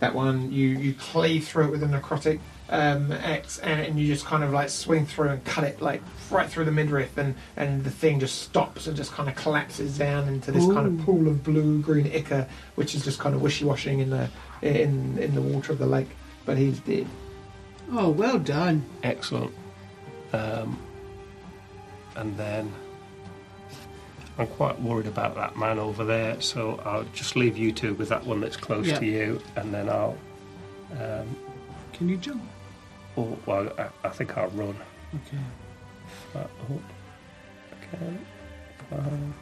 [SPEAKER 2] That one, you, you cleave through it with a necrotic um, axe and, and you just kind of like swing through and cut it like right through the midriff and, and the thing just stops and just kind of collapses down into this kind of pool of blue green ichor which is just kind of wishy-washing in the in in the water of the lake but he's dead
[SPEAKER 5] Oh, well done.
[SPEAKER 3] Excellent. Um, and then I'm quite worried about that man over there, so I'll just leave you two with that one that's close
[SPEAKER 5] Yeah.
[SPEAKER 3] to you, and then I'll. Um,
[SPEAKER 5] Can you jump?
[SPEAKER 3] oh, well, I, I think I'll run.
[SPEAKER 5] Okay.
[SPEAKER 3] That up. Okay. 5, 10,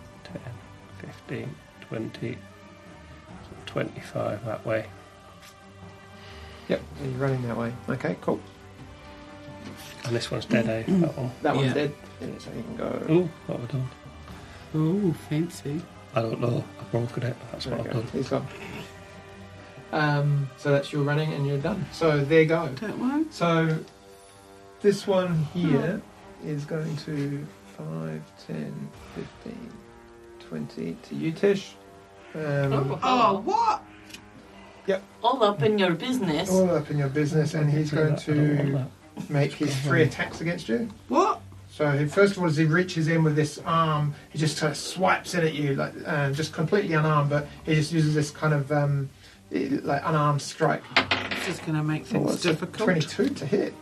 [SPEAKER 3] 15, 20, so 25 that way.
[SPEAKER 2] yep and you're running that way okay cool
[SPEAKER 3] And this one's dead, eh? That one.
[SPEAKER 2] that one's
[SPEAKER 5] Yeah.
[SPEAKER 2] dead Yeah, so you can go
[SPEAKER 3] Oh, what have I done?
[SPEAKER 5] Oh, fancy.
[SPEAKER 3] I don't know. I've broken it. That's
[SPEAKER 2] There
[SPEAKER 3] what
[SPEAKER 2] you
[SPEAKER 3] I've
[SPEAKER 2] go.
[SPEAKER 3] done.
[SPEAKER 2] he's gone um, so that's your running and you're done so there go
[SPEAKER 5] That one?
[SPEAKER 2] So this one here
[SPEAKER 5] Hmm.
[SPEAKER 2] is going to 5, 10, 15, 20 to you, Tish. Um,
[SPEAKER 7] Oh, what?
[SPEAKER 4] All up in your business.
[SPEAKER 2] All up in your business, and he's going
[SPEAKER 3] I don't want
[SPEAKER 2] to
[SPEAKER 3] that.
[SPEAKER 2] make his three attacks against you.
[SPEAKER 5] What?
[SPEAKER 2] So he, first of all, as he reaches in with this arm, he just kind of swipes it at you, like um, just completely unarmed. But he just uses this kind of um, i- like unarmed strike.
[SPEAKER 5] This is going to make
[SPEAKER 2] Oh,
[SPEAKER 5] things
[SPEAKER 2] that's a
[SPEAKER 5] difficult.
[SPEAKER 2] Twenty-two to hit,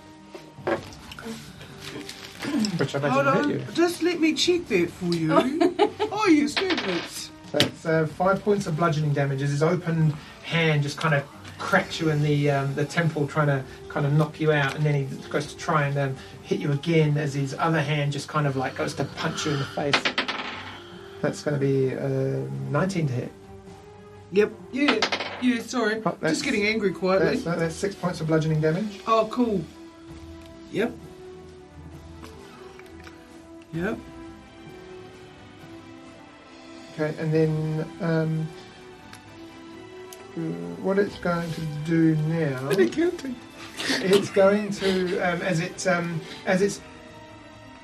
[SPEAKER 2] which I
[SPEAKER 5] Hold
[SPEAKER 2] imagine will
[SPEAKER 5] on,
[SPEAKER 2] hit you.
[SPEAKER 5] just let me check that for you. oh, you students.
[SPEAKER 2] That's uh, five points of bludgeoning damage as his open hand just kind of cracks you in the um, the temple, trying to kind of knock you out. And then he goes to try and um, hit you again as his other hand just kind of like goes to punch you in the face. That's going to be uh, 19 to hit.
[SPEAKER 5] Yep. Yeah, yeah, sorry.
[SPEAKER 2] Oh, that's-
[SPEAKER 5] just getting angry quietly.
[SPEAKER 2] That's, uh, that's six points of bludgeoning damage.
[SPEAKER 5] Oh, cool. Yep. Yep.
[SPEAKER 2] Okay, and then um, mm, what it's going to do now?
[SPEAKER 5] counting.
[SPEAKER 2] it's going to um, as it um, as it's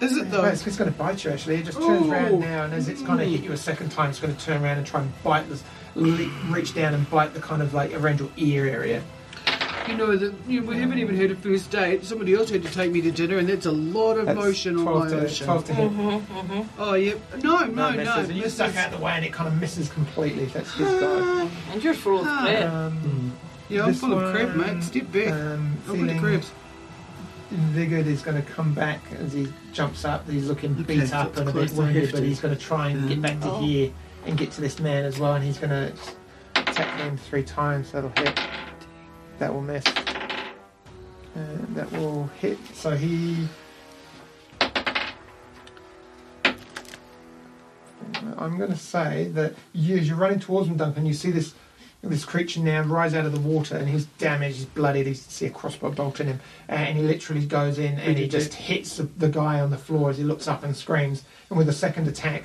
[SPEAKER 5] Is it
[SPEAKER 2] No,
[SPEAKER 5] though?
[SPEAKER 2] it's, going to bite you actually. It just turns
[SPEAKER 5] Ooh.
[SPEAKER 2] around now, and as it's going to hit you a second time, it's going to turn around and try and bite this, le- reach down and bite the kind of like around your ear area.
[SPEAKER 5] You know, that you know, we haven't even had a first date. Somebody else had to take me to dinner, and that's a lot of
[SPEAKER 2] That's
[SPEAKER 5] motion on
[SPEAKER 2] 12
[SPEAKER 5] my
[SPEAKER 2] to,
[SPEAKER 5] ocean.
[SPEAKER 2] 12 to hit.
[SPEAKER 5] Oh, yep. No, no, no.
[SPEAKER 2] misses. And you
[SPEAKER 5] misses.
[SPEAKER 2] stuck out of the way, and it kind of misses completely. That's his guy.
[SPEAKER 5] Ah,
[SPEAKER 4] And you're full of
[SPEAKER 5] Ah.
[SPEAKER 4] threat.
[SPEAKER 2] Um,
[SPEAKER 5] yeah, I'm
[SPEAKER 2] This
[SPEAKER 5] full of crab,
[SPEAKER 2] one,
[SPEAKER 5] mate. Step back.
[SPEAKER 2] um,
[SPEAKER 5] I'll put the
[SPEAKER 2] feeling
[SPEAKER 5] crabs.
[SPEAKER 2] Vigard is going to come back as he jumps up. He's looking
[SPEAKER 5] Okay,
[SPEAKER 2] beat up
[SPEAKER 5] that's
[SPEAKER 2] and a
[SPEAKER 5] close
[SPEAKER 2] bit
[SPEAKER 5] to
[SPEAKER 2] wounded,
[SPEAKER 5] 50.
[SPEAKER 2] but he's going to try and get back to
[SPEAKER 4] Oh.
[SPEAKER 2] here and get to this man as well, and he's going to attack him three times. That'll hit. That will miss. Uh, that will hit. So he. I'm going to say that you, as you're running towards him, Duncan, you see this this creature now rise out of the water, and he's damaged, he's bloodied. You see a crossbow bolt in him, and he literally goes in and he just hits the, the guy on the floor as he looks up and screams. And with a second attack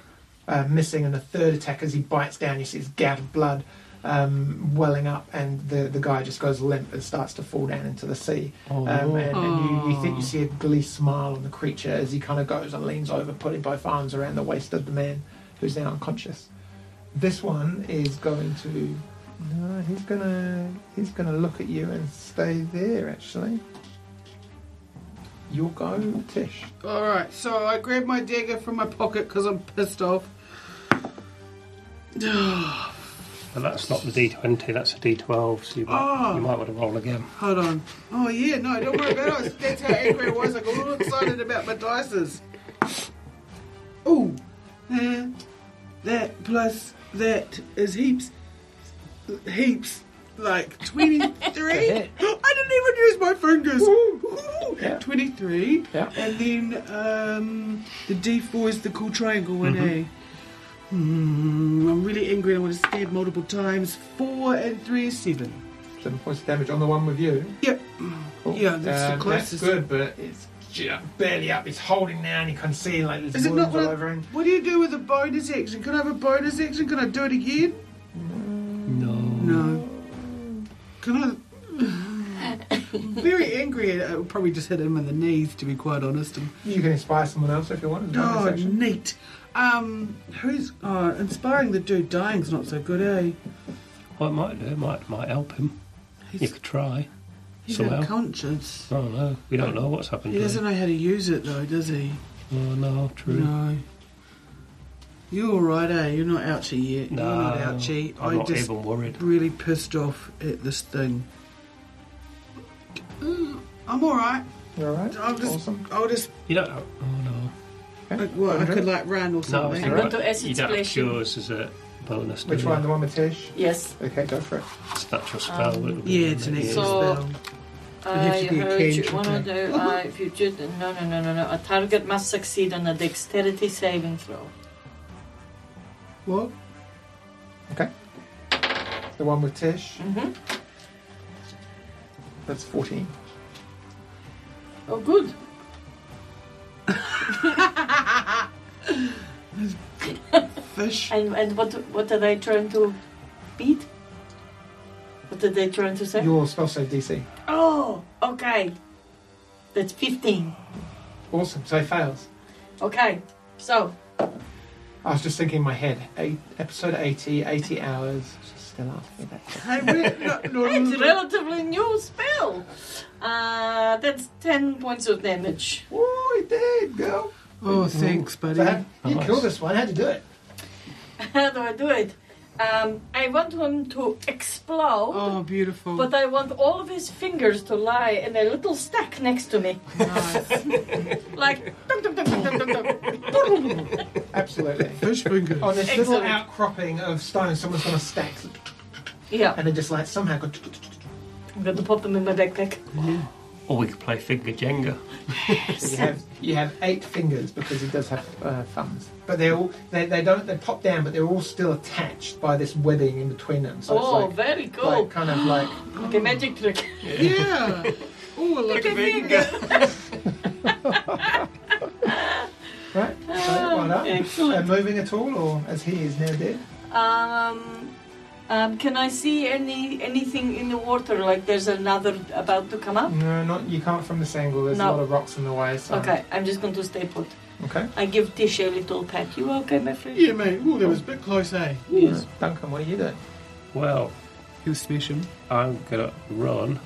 [SPEAKER 2] uh, missing, and a third attack as he bites down, you see this gout of blood um, welling up, and the, the guy just goes limp and starts to fall down into the sea. Um, and and you, you think you see a glee smile on the creature as he kind of goes and leans over, putting both arms around the waist of the man who's now unconscious. This one is going to. No, he's gonna he's gonna look at you and stay there. Actually, you'll go, Tish.
[SPEAKER 5] All right, so I grab my dagger from my pocket because I'm pissed off.
[SPEAKER 3] Well, that's not the D20, that's a D12, so you might,
[SPEAKER 5] Oh.
[SPEAKER 3] you might want to roll again.
[SPEAKER 5] Hold on. Oh yeah, no, don't worry about it. That's how angry I was. I got all excited about my dices. Ooh, uh, that plus that is heaps, heaps like twenty three. I didn't even use my fingers. Ooh,
[SPEAKER 2] Yeah.
[SPEAKER 5] Twenty three.
[SPEAKER 2] Yeah.
[SPEAKER 5] And then um, the D four is the cool triangle one.
[SPEAKER 2] Mm-hmm.
[SPEAKER 5] A. Hmm, I'm really angry. I want to stab multiple times. Four and three is seven.
[SPEAKER 2] Seven points of damage on the one with you.
[SPEAKER 5] Yep.
[SPEAKER 2] Cool.
[SPEAKER 5] Yeah, Oh, uh, that's the
[SPEAKER 2] Um,
[SPEAKER 5] closest.
[SPEAKER 2] good, but it's ju- barely up. It's holding now, and you can see like there's
[SPEAKER 5] Is it not
[SPEAKER 2] wounds all
[SPEAKER 5] what,
[SPEAKER 2] over him.
[SPEAKER 5] what do you do with a bonus action? Can I have a bonus action? Can I do it again?
[SPEAKER 3] No.
[SPEAKER 5] No. Can I? Very angry. I would probably just hit him in the knees, to be quite honest. And,
[SPEAKER 2] You can inspire someone else if you want. as well,
[SPEAKER 5] oh,
[SPEAKER 2] this action.
[SPEAKER 5] neat. Um, who's oh, inspiring the dude dying's not so good, eh?
[SPEAKER 3] Well, it might do, it might, might help him. You
[SPEAKER 5] He's,
[SPEAKER 3] could try.
[SPEAKER 5] he's
[SPEAKER 3] somehow.
[SPEAKER 5] got a conscience.
[SPEAKER 3] I don't know. We don't know what's happened
[SPEAKER 5] He
[SPEAKER 3] to
[SPEAKER 5] doesn't
[SPEAKER 3] him.
[SPEAKER 5] know how to use it though, does he?
[SPEAKER 3] Oh, no, true.
[SPEAKER 5] No. You're all right, eh? You're not ouchy yet.
[SPEAKER 3] No,
[SPEAKER 5] You're not ouchy.
[SPEAKER 3] I'm
[SPEAKER 5] I
[SPEAKER 3] not
[SPEAKER 5] just
[SPEAKER 3] even worried.
[SPEAKER 5] really pissed off at this thing. Mm, I'm all right.
[SPEAKER 2] You all right?
[SPEAKER 5] I'll just,
[SPEAKER 2] Awesome.
[SPEAKER 5] I'll just,
[SPEAKER 3] You don't know. Oh, no.
[SPEAKER 5] like, what, I could like run or
[SPEAKER 3] No, I
[SPEAKER 5] something.
[SPEAKER 3] think
[SPEAKER 4] got to
[SPEAKER 3] that-
[SPEAKER 4] acid
[SPEAKER 3] you don't have
[SPEAKER 4] splashing.
[SPEAKER 3] cures as a bonus. do
[SPEAKER 2] Which
[SPEAKER 3] you?
[SPEAKER 2] one? The one with Tish?
[SPEAKER 4] Yes.
[SPEAKER 2] Okay, go for it.
[SPEAKER 3] It's not your spell. it would be
[SPEAKER 5] yeah, it's
[SPEAKER 3] one
[SPEAKER 5] an
[SPEAKER 3] that you-
[SPEAKER 5] extra
[SPEAKER 4] So-
[SPEAKER 5] spell. have
[SPEAKER 4] I
[SPEAKER 5] to be a
[SPEAKER 4] heard
[SPEAKER 5] cage,
[SPEAKER 4] you want
[SPEAKER 5] okay.
[SPEAKER 4] to do. Uh, if you did, no, no, no, no, no. A target must succeed on a dexterity saving throw.
[SPEAKER 5] What?
[SPEAKER 2] Okay. The one with Tish.
[SPEAKER 7] Mm-hmm.
[SPEAKER 4] hmm
[SPEAKER 2] That's fourteen.
[SPEAKER 4] Oh, good.
[SPEAKER 5] Fish?
[SPEAKER 4] And and what what are they trying to beat? What are they trying to say?
[SPEAKER 2] Your spell save DC.
[SPEAKER 4] Oh, okay. That's fifteen.
[SPEAKER 2] Awesome. So he fails.
[SPEAKER 4] Okay, so
[SPEAKER 2] I was just thinking in my head. Eight, episode 80, 80 hours. She's still asking about that.
[SPEAKER 5] Hey, we're not,
[SPEAKER 4] it's a relatively new spell. Uh, that's ten points of damage.
[SPEAKER 2] Oh, he did, girl.
[SPEAKER 5] Oh, thanks, buddy.
[SPEAKER 2] So how, you
[SPEAKER 3] Nice.
[SPEAKER 2] killed this one. How'd you do it?
[SPEAKER 4] How do I do it? Um, I want him to explode.
[SPEAKER 5] Oh, beautiful.
[SPEAKER 4] But I want all of his fingers to lie in a little stack next to me.
[SPEAKER 5] Nice.
[SPEAKER 4] Like, dum, dum, dum, dum, dum, dum, dum.
[SPEAKER 2] Absolutely.
[SPEAKER 5] Fish finger.
[SPEAKER 2] On this little
[SPEAKER 4] Excellent.
[SPEAKER 2] outcropping of stone, someone's going to stack
[SPEAKER 4] Yeah,
[SPEAKER 2] and then just like somehow go.
[SPEAKER 4] I'm going to pop them in my backpack.
[SPEAKER 3] Or we could play Finger Jenga.
[SPEAKER 2] So you have you have eight fingers because he does have uh, thumbs, but they're all they, they don't they pop down, but they're all still attached by this webbing in between them. So
[SPEAKER 4] oh,
[SPEAKER 2] it's like,
[SPEAKER 4] very cool.
[SPEAKER 2] like kind of like
[SPEAKER 4] Like a magic trick.
[SPEAKER 5] Yeah. Oh, I like a finger.
[SPEAKER 2] right. So well done.
[SPEAKER 4] Ah, excellent.
[SPEAKER 2] Uh, moving at all, or as he is now dead?
[SPEAKER 4] Um, um, can I see any anything in the water? Like there's another about to come up?
[SPEAKER 2] No, not you can't from this angle. There's a
[SPEAKER 4] No.
[SPEAKER 2] lot of rocks in the way. So.
[SPEAKER 4] Okay, I'm just going to stay put.
[SPEAKER 2] Okay.
[SPEAKER 4] I give Tish a little pat. You okay, my friend?
[SPEAKER 5] Yeah, mate. Oh, that was a bit close, eh?
[SPEAKER 2] Yes. Duncan, what are you doing?
[SPEAKER 3] Well,
[SPEAKER 5] He was special.
[SPEAKER 3] I'm going to run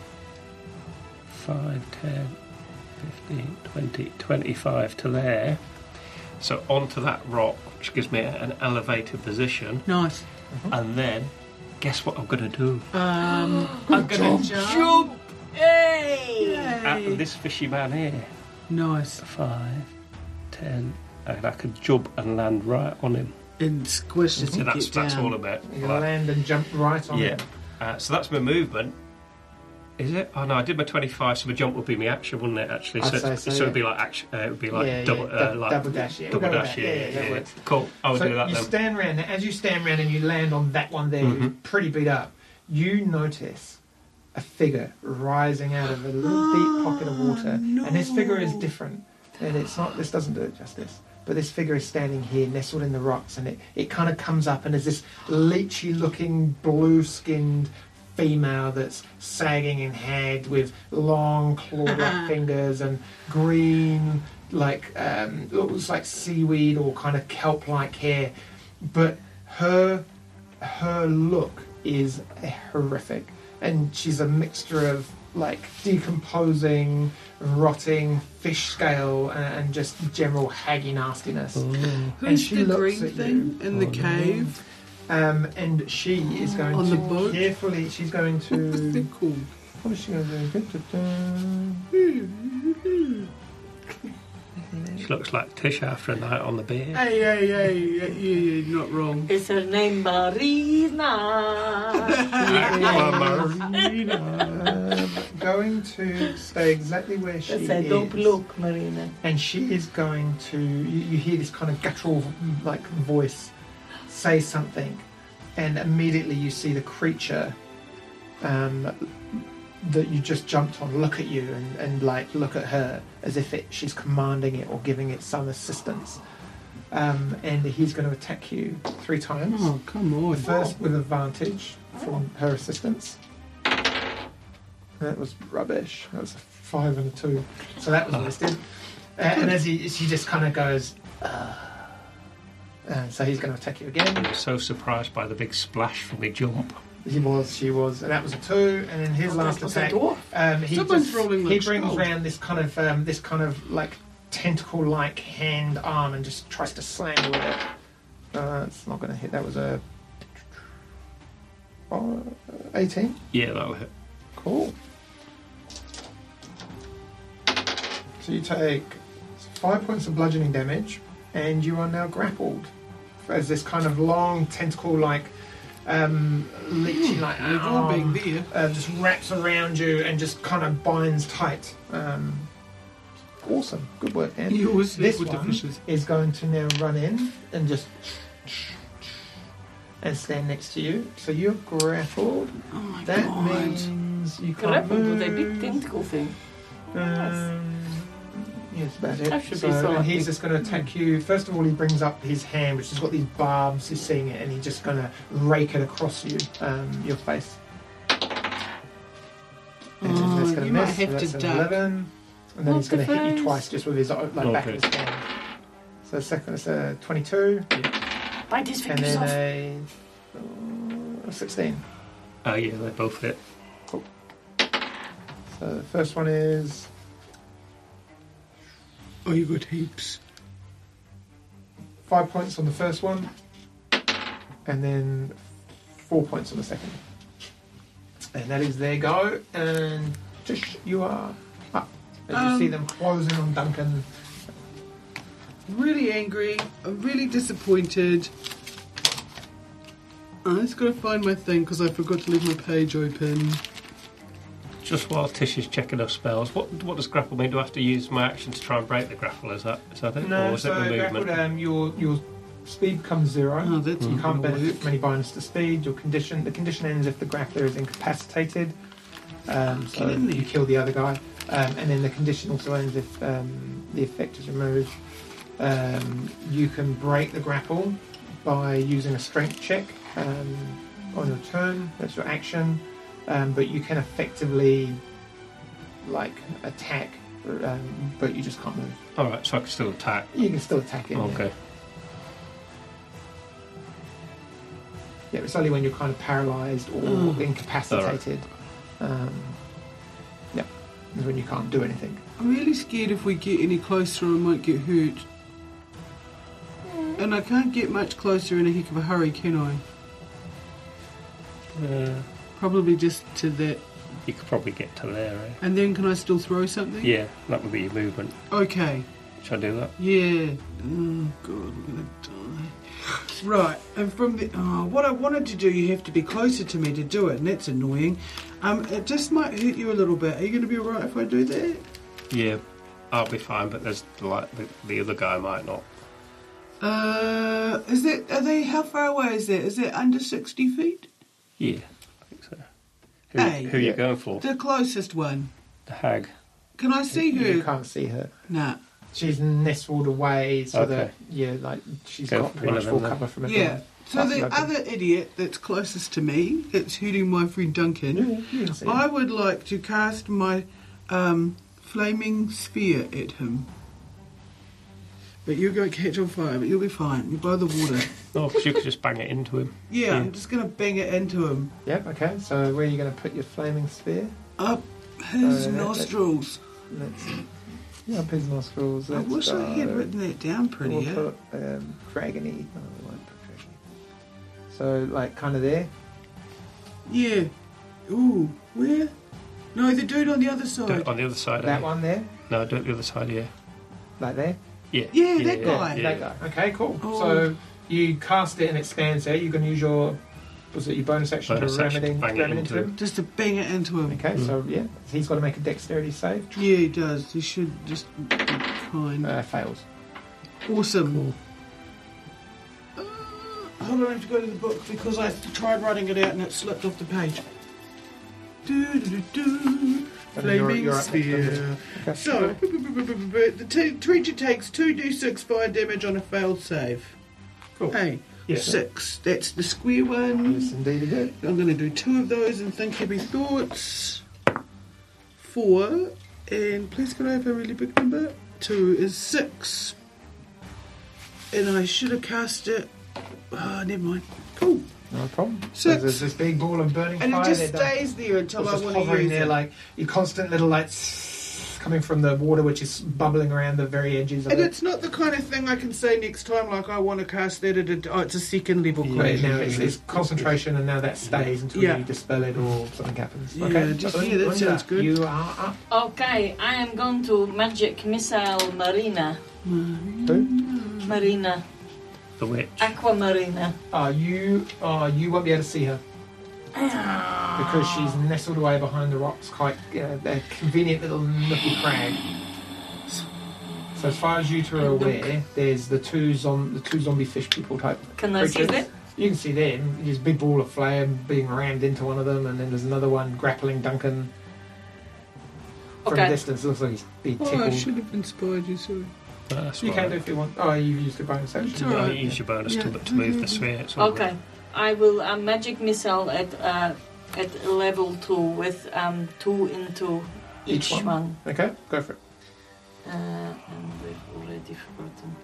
[SPEAKER 3] 5, 10, 15, 20, 25 to there. So onto that rock, which gives me an elevated position.
[SPEAKER 5] Nice.
[SPEAKER 3] And then, guess what I'm going to do?
[SPEAKER 5] Um,
[SPEAKER 3] I'm going to jump
[SPEAKER 4] Jump! Hey!
[SPEAKER 3] at this fishy man here.
[SPEAKER 5] Nice.
[SPEAKER 3] 5, 10, and I could jump and land right on him.
[SPEAKER 5] and squish as
[SPEAKER 3] So
[SPEAKER 5] you
[SPEAKER 3] that's
[SPEAKER 5] get
[SPEAKER 3] that's
[SPEAKER 5] down.
[SPEAKER 3] all about.
[SPEAKER 2] You can
[SPEAKER 3] that.
[SPEAKER 2] land and jump right on
[SPEAKER 3] Yeah.
[SPEAKER 2] it.
[SPEAKER 3] Uh, so that's my movement. Is it? Oh no, I did my twenty-five, so my jump would be my action, wouldn't it? Actually,
[SPEAKER 2] I'd
[SPEAKER 3] so,
[SPEAKER 2] say so,
[SPEAKER 3] so it'd be
[SPEAKER 2] yeah.
[SPEAKER 3] like action. Uh, it would be like
[SPEAKER 2] Yeah, yeah,
[SPEAKER 3] double, uh,
[SPEAKER 2] dou-
[SPEAKER 3] like
[SPEAKER 2] double dash, yeah,
[SPEAKER 3] double
[SPEAKER 2] double
[SPEAKER 3] dash.
[SPEAKER 2] dash,
[SPEAKER 3] Yeah,
[SPEAKER 2] yeah, yeah,
[SPEAKER 3] yeah,
[SPEAKER 2] that
[SPEAKER 3] yeah.
[SPEAKER 2] works.
[SPEAKER 3] Cool. I'll
[SPEAKER 2] so
[SPEAKER 3] do that
[SPEAKER 2] you
[SPEAKER 3] then. Mm-hmm.
[SPEAKER 2] stand around, and as you stand around and you land on that one there, who's pretty beat up, you notice a figure rising out of a little deep pocket of water. And this figure is different. And it's not, this doesn't do it justice. But this figure is standing here, nestled in the rocks, and it, it kind of comes up and is this leechy looking, blue skinned female that's sagging and haggard with long clawed up fingers and green like um, it looks like seaweed or kind of kelp like hair but her her look is horrific and she's a mixture of like decomposing rotting fish scale and, and just general haggy nastiness And
[SPEAKER 5] Who's
[SPEAKER 2] she
[SPEAKER 5] the
[SPEAKER 2] looks
[SPEAKER 5] green
[SPEAKER 2] at you.
[SPEAKER 5] thing in the cave?
[SPEAKER 2] um, and she is going
[SPEAKER 5] On
[SPEAKER 2] to
[SPEAKER 5] the boat?
[SPEAKER 2] carefully she's going
[SPEAKER 5] What was
[SPEAKER 2] to
[SPEAKER 5] that called?
[SPEAKER 2] what is she going to do Da-da-da.
[SPEAKER 3] She looks like Tish after a night on the beer.
[SPEAKER 5] Hey, hey, hey, yeah, yeah, yeah, not wrong.
[SPEAKER 4] Is her name Marina?
[SPEAKER 2] um, going to stay exactly where she
[SPEAKER 4] That's
[SPEAKER 2] is.
[SPEAKER 4] a dope look, Marina.
[SPEAKER 2] And she is going to. You, you hear this kind of guttural like voice say something, and immediately you see the creature um, that you just jumped on look at you and, and like look at her as if it, she's commanding it or giving it some assistance. Um, and he's going to attack you three times.
[SPEAKER 5] Oh, come on.
[SPEAKER 2] First with advantage from her assistance. That was rubbish. That was a five and a two. So that was wasted. Uh, and as he, she just kind of goes, uh, uh, so he's going to attack you again.
[SPEAKER 3] I'm so surprised by the big splash from my jump.
[SPEAKER 2] He was, she was, and that was a two. And then his last
[SPEAKER 8] was a
[SPEAKER 2] attack,
[SPEAKER 8] dwarf.
[SPEAKER 2] um, he,
[SPEAKER 5] Someone's
[SPEAKER 2] just-
[SPEAKER 5] rolling
[SPEAKER 2] he
[SPEAKER 5] like
[SPEAKER 2] brings
[SPEAKER 5] skull.
[SPEAKER 2] round this kind of um, this kind of like tentacle-like hand arm and just tries to slam you with it. Uh, it's not going to hit. That was a uh, eighteen.
[SPEAKER 3] Yeah, that'll hit.
[SPEAKER 2] Cool. So you take five points of bludgeoning damage, and you are now grappled as this kind of long tentacle-like, um, leechy-like
[SPEAKER 5] They're all
[SPEAKER 2] arm
[SPEAKER 5] big there.
[SPEAKER 2] uh, just wraps around you and just kind of binds tight. Um, awesome, good work, Dan.
[SPEAKER 5] You always sleep
[SPEAKER 2] this
[SPEAKER 5] with the
[SPEAKER 2] one
[SPEAKER 5] fishes.
[SPEAKER 2] is going to now run in and just and stand next to you. So you're grappled.
[SPEAKER 5] Oh my
[SPEAKER 2] That
[SPEAKER 5] god.
[SPEAKER 2] means you can't
[SPEAKER 8] Grappled
[SPEAKER 2] move.
[SPEAKER 8] with a big tentacle thing.
[SPEAKER 2] Um, yes, that's it.
[SPEAKER 8] That should be
[SPEAKER 2] so,
[SPEAKER 8] so
[SPEAKER 2] and he's
[SPEAKER 8] lucky.
[SPEAKER 2] just going to attack you. First of all, he brings up his hand, which has got these barbs. He's seeing it, and he's just going to rake it across you, um, your face. And
[SPEAKER 5] Oh,
[SPEAKER 2] that's gonna
[SPEAKER 5] you might
[SPEAKER 2] miss, so
[SPEAKER 5] have to
[SPEAKER 2] that's an
[SPEAKER 5] duck.
[SPEAKER 2] 11. And then
[SPEAKER 8] Not
[SPEAKER 2] he's going to hit
[SPEAKER 8] surprised.
[SPEAKER 2] you twice just with his uh, like back of his hand. So second is a 22,
[SPEAKER 8] Bite his
[SPEAKER 2] and
[SPEAKER 8] fingers
[SPEAKER 2] then
[SPEAKER 8] off.
[SPEAKER 2] a uh, 16.
[SPEAKER 3] Oh yeah, they both hit.
[SPEAKER 2] So the first one is
[SPEAKER 5] Oh, you got heaps.
[SPEAKER 2] five points on the first one, and then four points on the second. And that is their go. And Tish, you are up. As you
[SPEAKER 5] Um,
[SPEAKER 2] see them closing on Duncan.
[SPEAKER 5] really angry. I'm really disappointed. I just gotta find my thing because I forgot to leave my page open.
[SPEAKER 3] Just while Tish is checking her spells, what what does grapple mean? Do I have to use my action to try and break the grapple? Is that is that it? or
[SPEAKER 2] No,
[SPEAKER 3] is
[SPEAKER 2] so
[SPEAKER 3] it my
[SPEAKER 2] grappled,
[SPEAKER 3] movement?
[SPEAKER 2] um, your your speed comes zero.
[SPEAKER 5] Oh, that's
[SPEAKER 2] you
[SPEAKER 5] not
[SPEAKER 2] can't
[SPEAKER 5] gonna
[SPEAKER 2] benefit
[SPEAKER 5] work.
[SPEAKER 2] from any bonus to speed. Your condition the condition ends if the grappler is incapacitated. Um, so
[SPEAKER 5] kidding me.
[SPEAKER 2] you kill the other guy, um, and then the condition also ends if um, the effect is removed. Um, you can break the grapple by using a strength check um, on your turn. That's your action, um, but you can effectively like attack, um, but you just can't move.
[SPEAKER 3] All right, so I can still attack.
[SPEAKER 2] You can still attack it. yeah.
[SPEAKER 3] Okay.
[SPEAKER 2] Yeah, it's only when you're kind of paralysed or
[SPEAKER 5] Mm.
[SPEAKER 2] incapacitated. Um, yeah, is when you can't do anything.
[SPEAKER 5] I'm really scared if we get any closer, I might get hurt. And I can't get much closer in a heck of a hurry, can I?
[SPEAKER 3] Uh,
[SPEAKER 5] Probably just to that.
[SPEAKER 3] you could probably get to there. Eh?
[SPEAKER 5] And then can I still throw something?
[SPEAKER 3] Yeah, that would be your movement.
[SPEAKER 5] Okay.
[SPEAKER 3] Should I do that?
[SPEAKER 5] Yeah. Oh god, we're gonna die. Right, and from the oh, what I wanted to do, you have to be closer to me to do it, and that's annoying. Um, it just might hurt you a little bit. Are you going to be alright if I do that?
[SPEAKER 3] Yeah, I'll be fine, but there's like the, the other guy might not.
[SPEAKER 5] Uh, is it? Are they? How far away is that? Is it under sixty feet?
[SPEAKER 3] Yeah, I think so. Who,
[SPEAKER 5] Hey.
[SPEAKER 3] who are you going for?
[SPEAKER 5] The closest one.
[SPEAKER 3] The hag.
[SPEAKER 5] Can I see
[SPEAKER 2] You
[SPEAKER 5] her?
[SPEAKER 2] can't see her.
[SPEAKER 5] Nah.
[SPEAKER 2] She's nestled away so that
[SPEAKER 3] Okay.
[SPEAKER 2] yeah, like she's
[SPEAKER 3] Go
[SPEAKER 2] got
[SPEAKER 3] for
[SPEAKER 2] pretty
[SPEAKER 3] one
[SPEAKER 2] much
[SPEAKER 3] of
[SPEAKER 2] full
[SPEAKER 3] them
[SPEAKER 2] cover from everyone.
[SPEAKER 5] Yeah. So
[SPEAKER 2] That's
[SPEAKER 5] the
[SPEAKER 2] nothing.
[SPEAKER 5] other idiot that's closest to me, that's hurting my friend Duncan.
[SPEAKER 2] Yeah, you can see her.
[SPEAKER 5] I would like to cast my um, flaming sphere at him. But you're going to catch on fire, but you'll be fine. You're by the water.
[SPEAKER 3] No, 'cause Oh, you could just bang it into him.
[SPEAKER 5] Yeah, I'm just going to bang it into him.
[SPEAKER 2] Yep. Okay. So where are you going to put your flaming spear?
[SPEAKER 5] Up his
[SPEAKER 2] Uh,
[SPEAKER 5] nostrils.
[SPEAKER 2] Let's yeah, up his nostrils.
[SPEAKER 5] I
[SPEAKER 2] Let's
[SPEAKER 5] wish I had
[SPEAKER 2] go.
[SPEAKER 5] written that down
[SPEAKER 2] We'll
[SPEAKER 5] prettier.
[SPEAKER 2] put um, dragony. No, we won't put dragony. So like kind of there.
[SPEAKER 5] Yeah. Ooh, where? No, the dude on the other
[SPEAKER 3] Do
[SPEAKER 5] side.
[SPEAKER 3] it on the other side.
[SPEAKER 2] That
[SPEAKER 3] eh?
[SPEAKER 2] one there.
[SPEAKER 3] No, do it the other side. Yeah.
[SPEAKER 2] Like there.
[SPEAKER 3] Yeah.
[SPEAKER 5] Yeah, that guy.
[SPEAKER 2] Like that. Okay. Cool.
[SPEAKER 5] Oh.
[SPEAKER 2] So you cast it and it stands there. You're going to use your was it your bonus action
[SPEAKER 3] Bonus
[SPEAKER 2] to
[SPEAKER 3] action to
[SPEAKER 2] remedy,
[SPEAKER 3] bang it
[SPEAKER 2] remedy
[SPEAKER 3] into
[SPEAKER 2] to
[SPEAKER 3] it.
[SPEAKER 2] him?
[SPEAKER 5] Just to bang it into him.
[SPEAKER 2] Okay. So yeah, he's got to make a dexterity save.
[SPEAKER 5] Yeah, he does. He should just be fine.
[SPEAKER 2] Uh, fails.
[SPEAKER 5] awesome. Uh, hold on, I have to go to the book because I tried writing it out and it slipped off the page. Do, do, do, do.
[SPEAKER 2] And then you're-
[SPEAKER 5] Flaming
[SPEAKER 2] you're up next,
[SPEAKER 5] sphere.
[SPEAKER 2] isn't Okay.
[SPEAKER 5] So, bu- bu- bu- bu- bu- bu- the t- creature takes 2d6 fire damage on a failed save.
[SPEAKER 2] Cool.
[SPEAKER 5] Hey,
[SPEAKER 2] Yeah.
[SPEAKER 5] six. That's the square one.
[SPEAKER 2] Yes, indeed it did.
[SPEAKER 5] I'm going to do two of those and think happy thoughts. Four, and please could I have a really big number? Two is six. And I should have cast it. Ah, never mind. Cool.
[SPEAKER 2] No problem. So
[SPEAKER 5] Six.
[SPEAKER 2] there's this big ball of burning
[SPEAKER 5] And
[SPEAKER 2] fire.
[SPEAKER 5] it just
[SPEAKER 2] there, don't-
[SPEAKER 5] stays there until
[SPEAKER 2] It's
[SPEAKER 5] I
[SPEAKER 2] just
[SPEAKER 5] want to
[SPEAKER 2] hovering
[SPEAKER 5] use
[SPEAKER 2] there,
[SPEAKER 5] it.
[SPEAKER 2] like your constant little like coming from the water, which is bubbling around the very edges of
[SPEAKER 5] and
[SPEAKER 2] it.
[SPEAKER 5] it's not the kind of thing I can say next time, like I want to cast that at a. Oh, it's a second level
[SPEAKER 2] But
[SPEAKER 5] creature.
[SPEAKER 2] now it's, it's concentration, and now that stays until
[SPEAKER 5] Yeah.
[SPEAKER 2] you dispel it or something happens.
[SPEAKER 5] Yeah,
[SPEAKER 2] okay,
[SPEAKER 5] just-
[SPEAKER 2] so
[SPEAKER 5] yeah, that
[SPEAKER 2] Linda,
[SPEAKER 5] sounds good.
[SPEAKER 2] You are up.
[SPEAKER 4] Okay, I am going to magic missile Marina.
[SPEAKER 2] Who?
[SPEAKER 4] Marina.
[SPEAKER 3] The witch.
[SPEAKER 4] Aquamarina.
[SPEAKER 2] Uh, you uh, you won't be able to see her because she's nestled away behind the rocks, quite uh, a convenient little nooky crag. So as far as you two are aware, there's the two zom- the two zombie fish people type
[SPEAKER 4] Can I see
[SPEAKER 2] creatures.
[SPEAKER 4] that?
[SPEAKER 2] You can see them. There's a big ball of flame being rammed into one of them, and then there's another one grappling Duncan from a
[SPEAKER 4] Okay.
[SPEAKER 2] distance. Looks like he's being
[SPEAKER 5] Oh, I
[SPEAKER 2] tickled.
[SPEAKER 5] should have inspired you, sorry.
[SPEAKER 3] No, Oh, that's
[SPEAKER 2] you
[SPEAKER 3] all
[SPEAKER 2] can
[SPEAKER 3] right.
[SPEAKER 2] do if you want. Oh, you used a bonus action.
[SPEAKER 5] It's
[SPEAKER 3] You
[SPEAKER 5] all
[SPEAKER 3] only
[SPEAKER 5] right.
[SPEAKER 3] use your bonus
[SPEAKER 5] Yeah.
[SPEAKER 3] to, to move the sphere. It's all
[SPEAKER 4] Okay.
[SPEAKER 3] right.
[SPEAKER 4] I will uh, magic missile at uh, at level two with um, two into
[SPEAKER 2] Each
[SPEAKER 4] each,
[SPEAKER 2] one.
[SPEAKER 4] one.
[SPEAKER 2] Okay, go for it.
[SPEAKER 4] Uh, and we've already forgotten.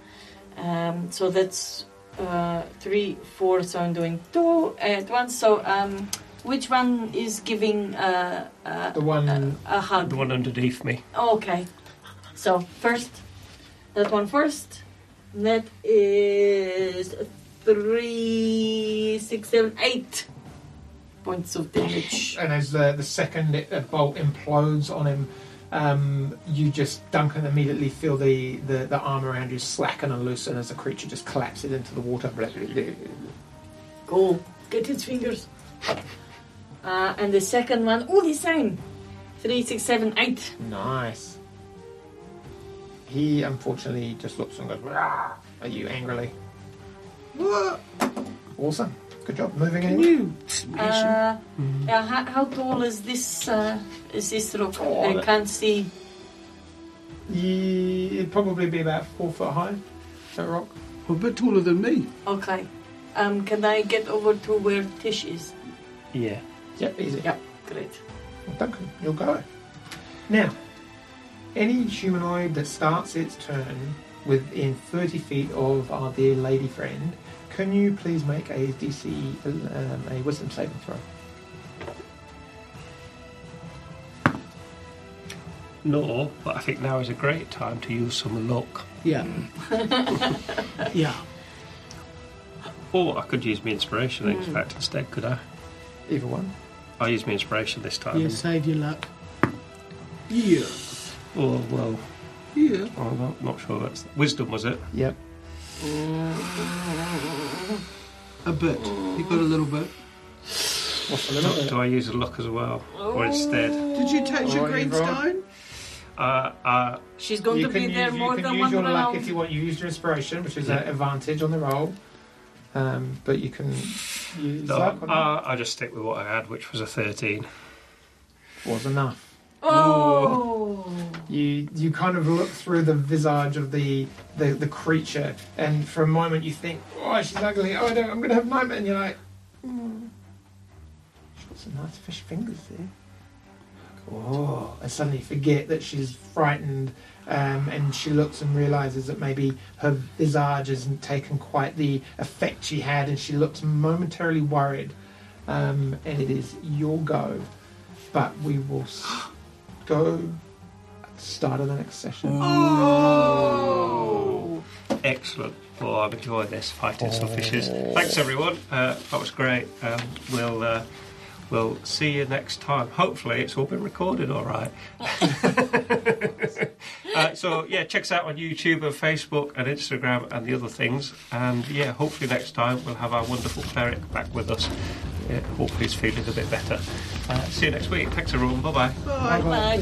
[SPEAKER 4] Um, so that's uh, three, four. So I'm doing two at once. So um, which one is giving uh, uh,
[SPEAKER 2] The one.
[SPEAKER 4] uh, a hug?
[SPEAKER 3] The one underneath me.
[SPEAKER 4] Okay. So first, that one first. That is three, six, seven, eight points of damage.
[SPEAKER 2] and as the, the second it, uh, bolt implodes on him, um, you just Duncan immediately feel the, the, the arm around you slacken and loosen as the creature just collapses into the water.
[SPEAKER 4] Go get its fingers. Uh, and the second one, all the same. Three, six, seven, eight.
[SPEAKER 2] Nice. He unfortunately just looks and goes "Rah!" at you angrily.
[SPEAKER 5] What?
[SPEAKER 2] Awesome. Good job. Moving
[SPEAKER 5] Can
[SPEAKER 2] in.
[SPEAKER 5] you smash him?
[SPEAKER 4] Uh,
[SPEAKER 5] Mm-hmm.
[SPEAKER 4] yeah, how, how tall is this? Uh, is this rock? I can't see.
[SPEAKER 2] Ye- It'd probably be about four foot high. That rock.
[SPEAKER 5] A bit taller than me.
[SPEAKER 4] Okay. Um, can I get over to where Tish is?
[SPEAKER 3] Yeah.
[SPEAKER 2] Yep, easy.
[SPEAKER 4] Yeah, great.
[SPEAKER 2] Well, Duncan, you'll go. Now, any humanoid that starts its turn within 30 feet of our dear lady friend, can you please make a DC, um, a wisdom saving throw?
[SPEAKER 3] No, but I think now is a great time to use some luck.
[SPEAKER 5] Yeah. yeah.
[SPEAKER 3] Or I could use my inspiration, in
[SPEAKER 5] Hmm.
[SPEAKER 3] fact, instead, could I?
[SPEAKER 2] Either one.
[SPEAKER 3] I use my inspiration this time.
[SPEAKER 5] Yeah, save your luck. Yeah.
[SPEAKER 3] Oh, well,
[SPEAKER 5] Yeah.
[SPEAKER 3] I'm not, not sure that's. Wisdom, was it?
[SPEAKER 2] Yep.
[SPEAKER 5] A bit.
[SPEAKER 2] Oh.
[SPEAKER 5] You got a little bit.
[SPEAKER 2] What's the
[SPEAKER 3] Do,
[SPEAKER 2] limit?
[SPEAKER 3] do I use a luck as well? Or instead?
[SPEAKER 5] Did you touch your
[SPEAKER 2] Alright,
[SPEAKER 5] green
[SPEAKER 2] Oh, you're right.
[SPEAKER 5] stone?
[SPEAKER 3] Uh, uh,
[SPEAKER 8] She's going
[SPEAKER 2] you
[SPEAKER 8] to be
[SPEAKER 2] can
[SPEAKER 8] there
[SPEAKER 2] use,
[SPEAKER 8] more
[SPEAKER 2] you can
[SPEAKER 8] than
[SPEAKER 2] use
[SPEAKER 8] one
[SPEAKER 2] your luck
[SPEAKER 8] round.
[SPEAKER 2] if you want. You used your inspiration, which is
[SPEAKER 3] Yeah.
[SPEAKER 2] an advantage on the roll. Um, but you can use
[SPEAKER 3] no,
[SPEAKER 2] luck. on that.
[SPEAKER 3] uh, I just stick with what I had, which was a 13.
[SPEAKER 2] Was enough.
[SPEAKER 8] Oh!
[SPEAKER 2] You you kind of look through the visage of the the, the creature, and for a moment you think, "Oh, she's ugly. Oh, I don't, I'm going to have a nightmare." And you're like, "Hmm, "She's got some nice fish fingers there." Oh, and suddenly you forget that she's frightened, um, and she looks and realizes that maybe her visage hasn't taken quite the effect she had, and she looks momentarily worried. Um, and it is your go, but we will s- go at the start of the next session.
[SPEAKER 8] Oh!
[SPEAKER 3] Excellent. Well, I've enjoyed this fighting some fishes. Thanks, everyone. Uh, that was great. Um, we'll uh, we'll see you next time. Hopefully, it's all been recorded. All right. uh, so yeah, check us out on YouTube and Facebook and Instagram and the other things. And yeah, hopefully next time we'll have our wonderful cleric back with us. Yeah, hopefully he's feeling a bit better. Uh, see you next week. Thanks, everyone. Bye bye.
[SPEAKER 8] Bye.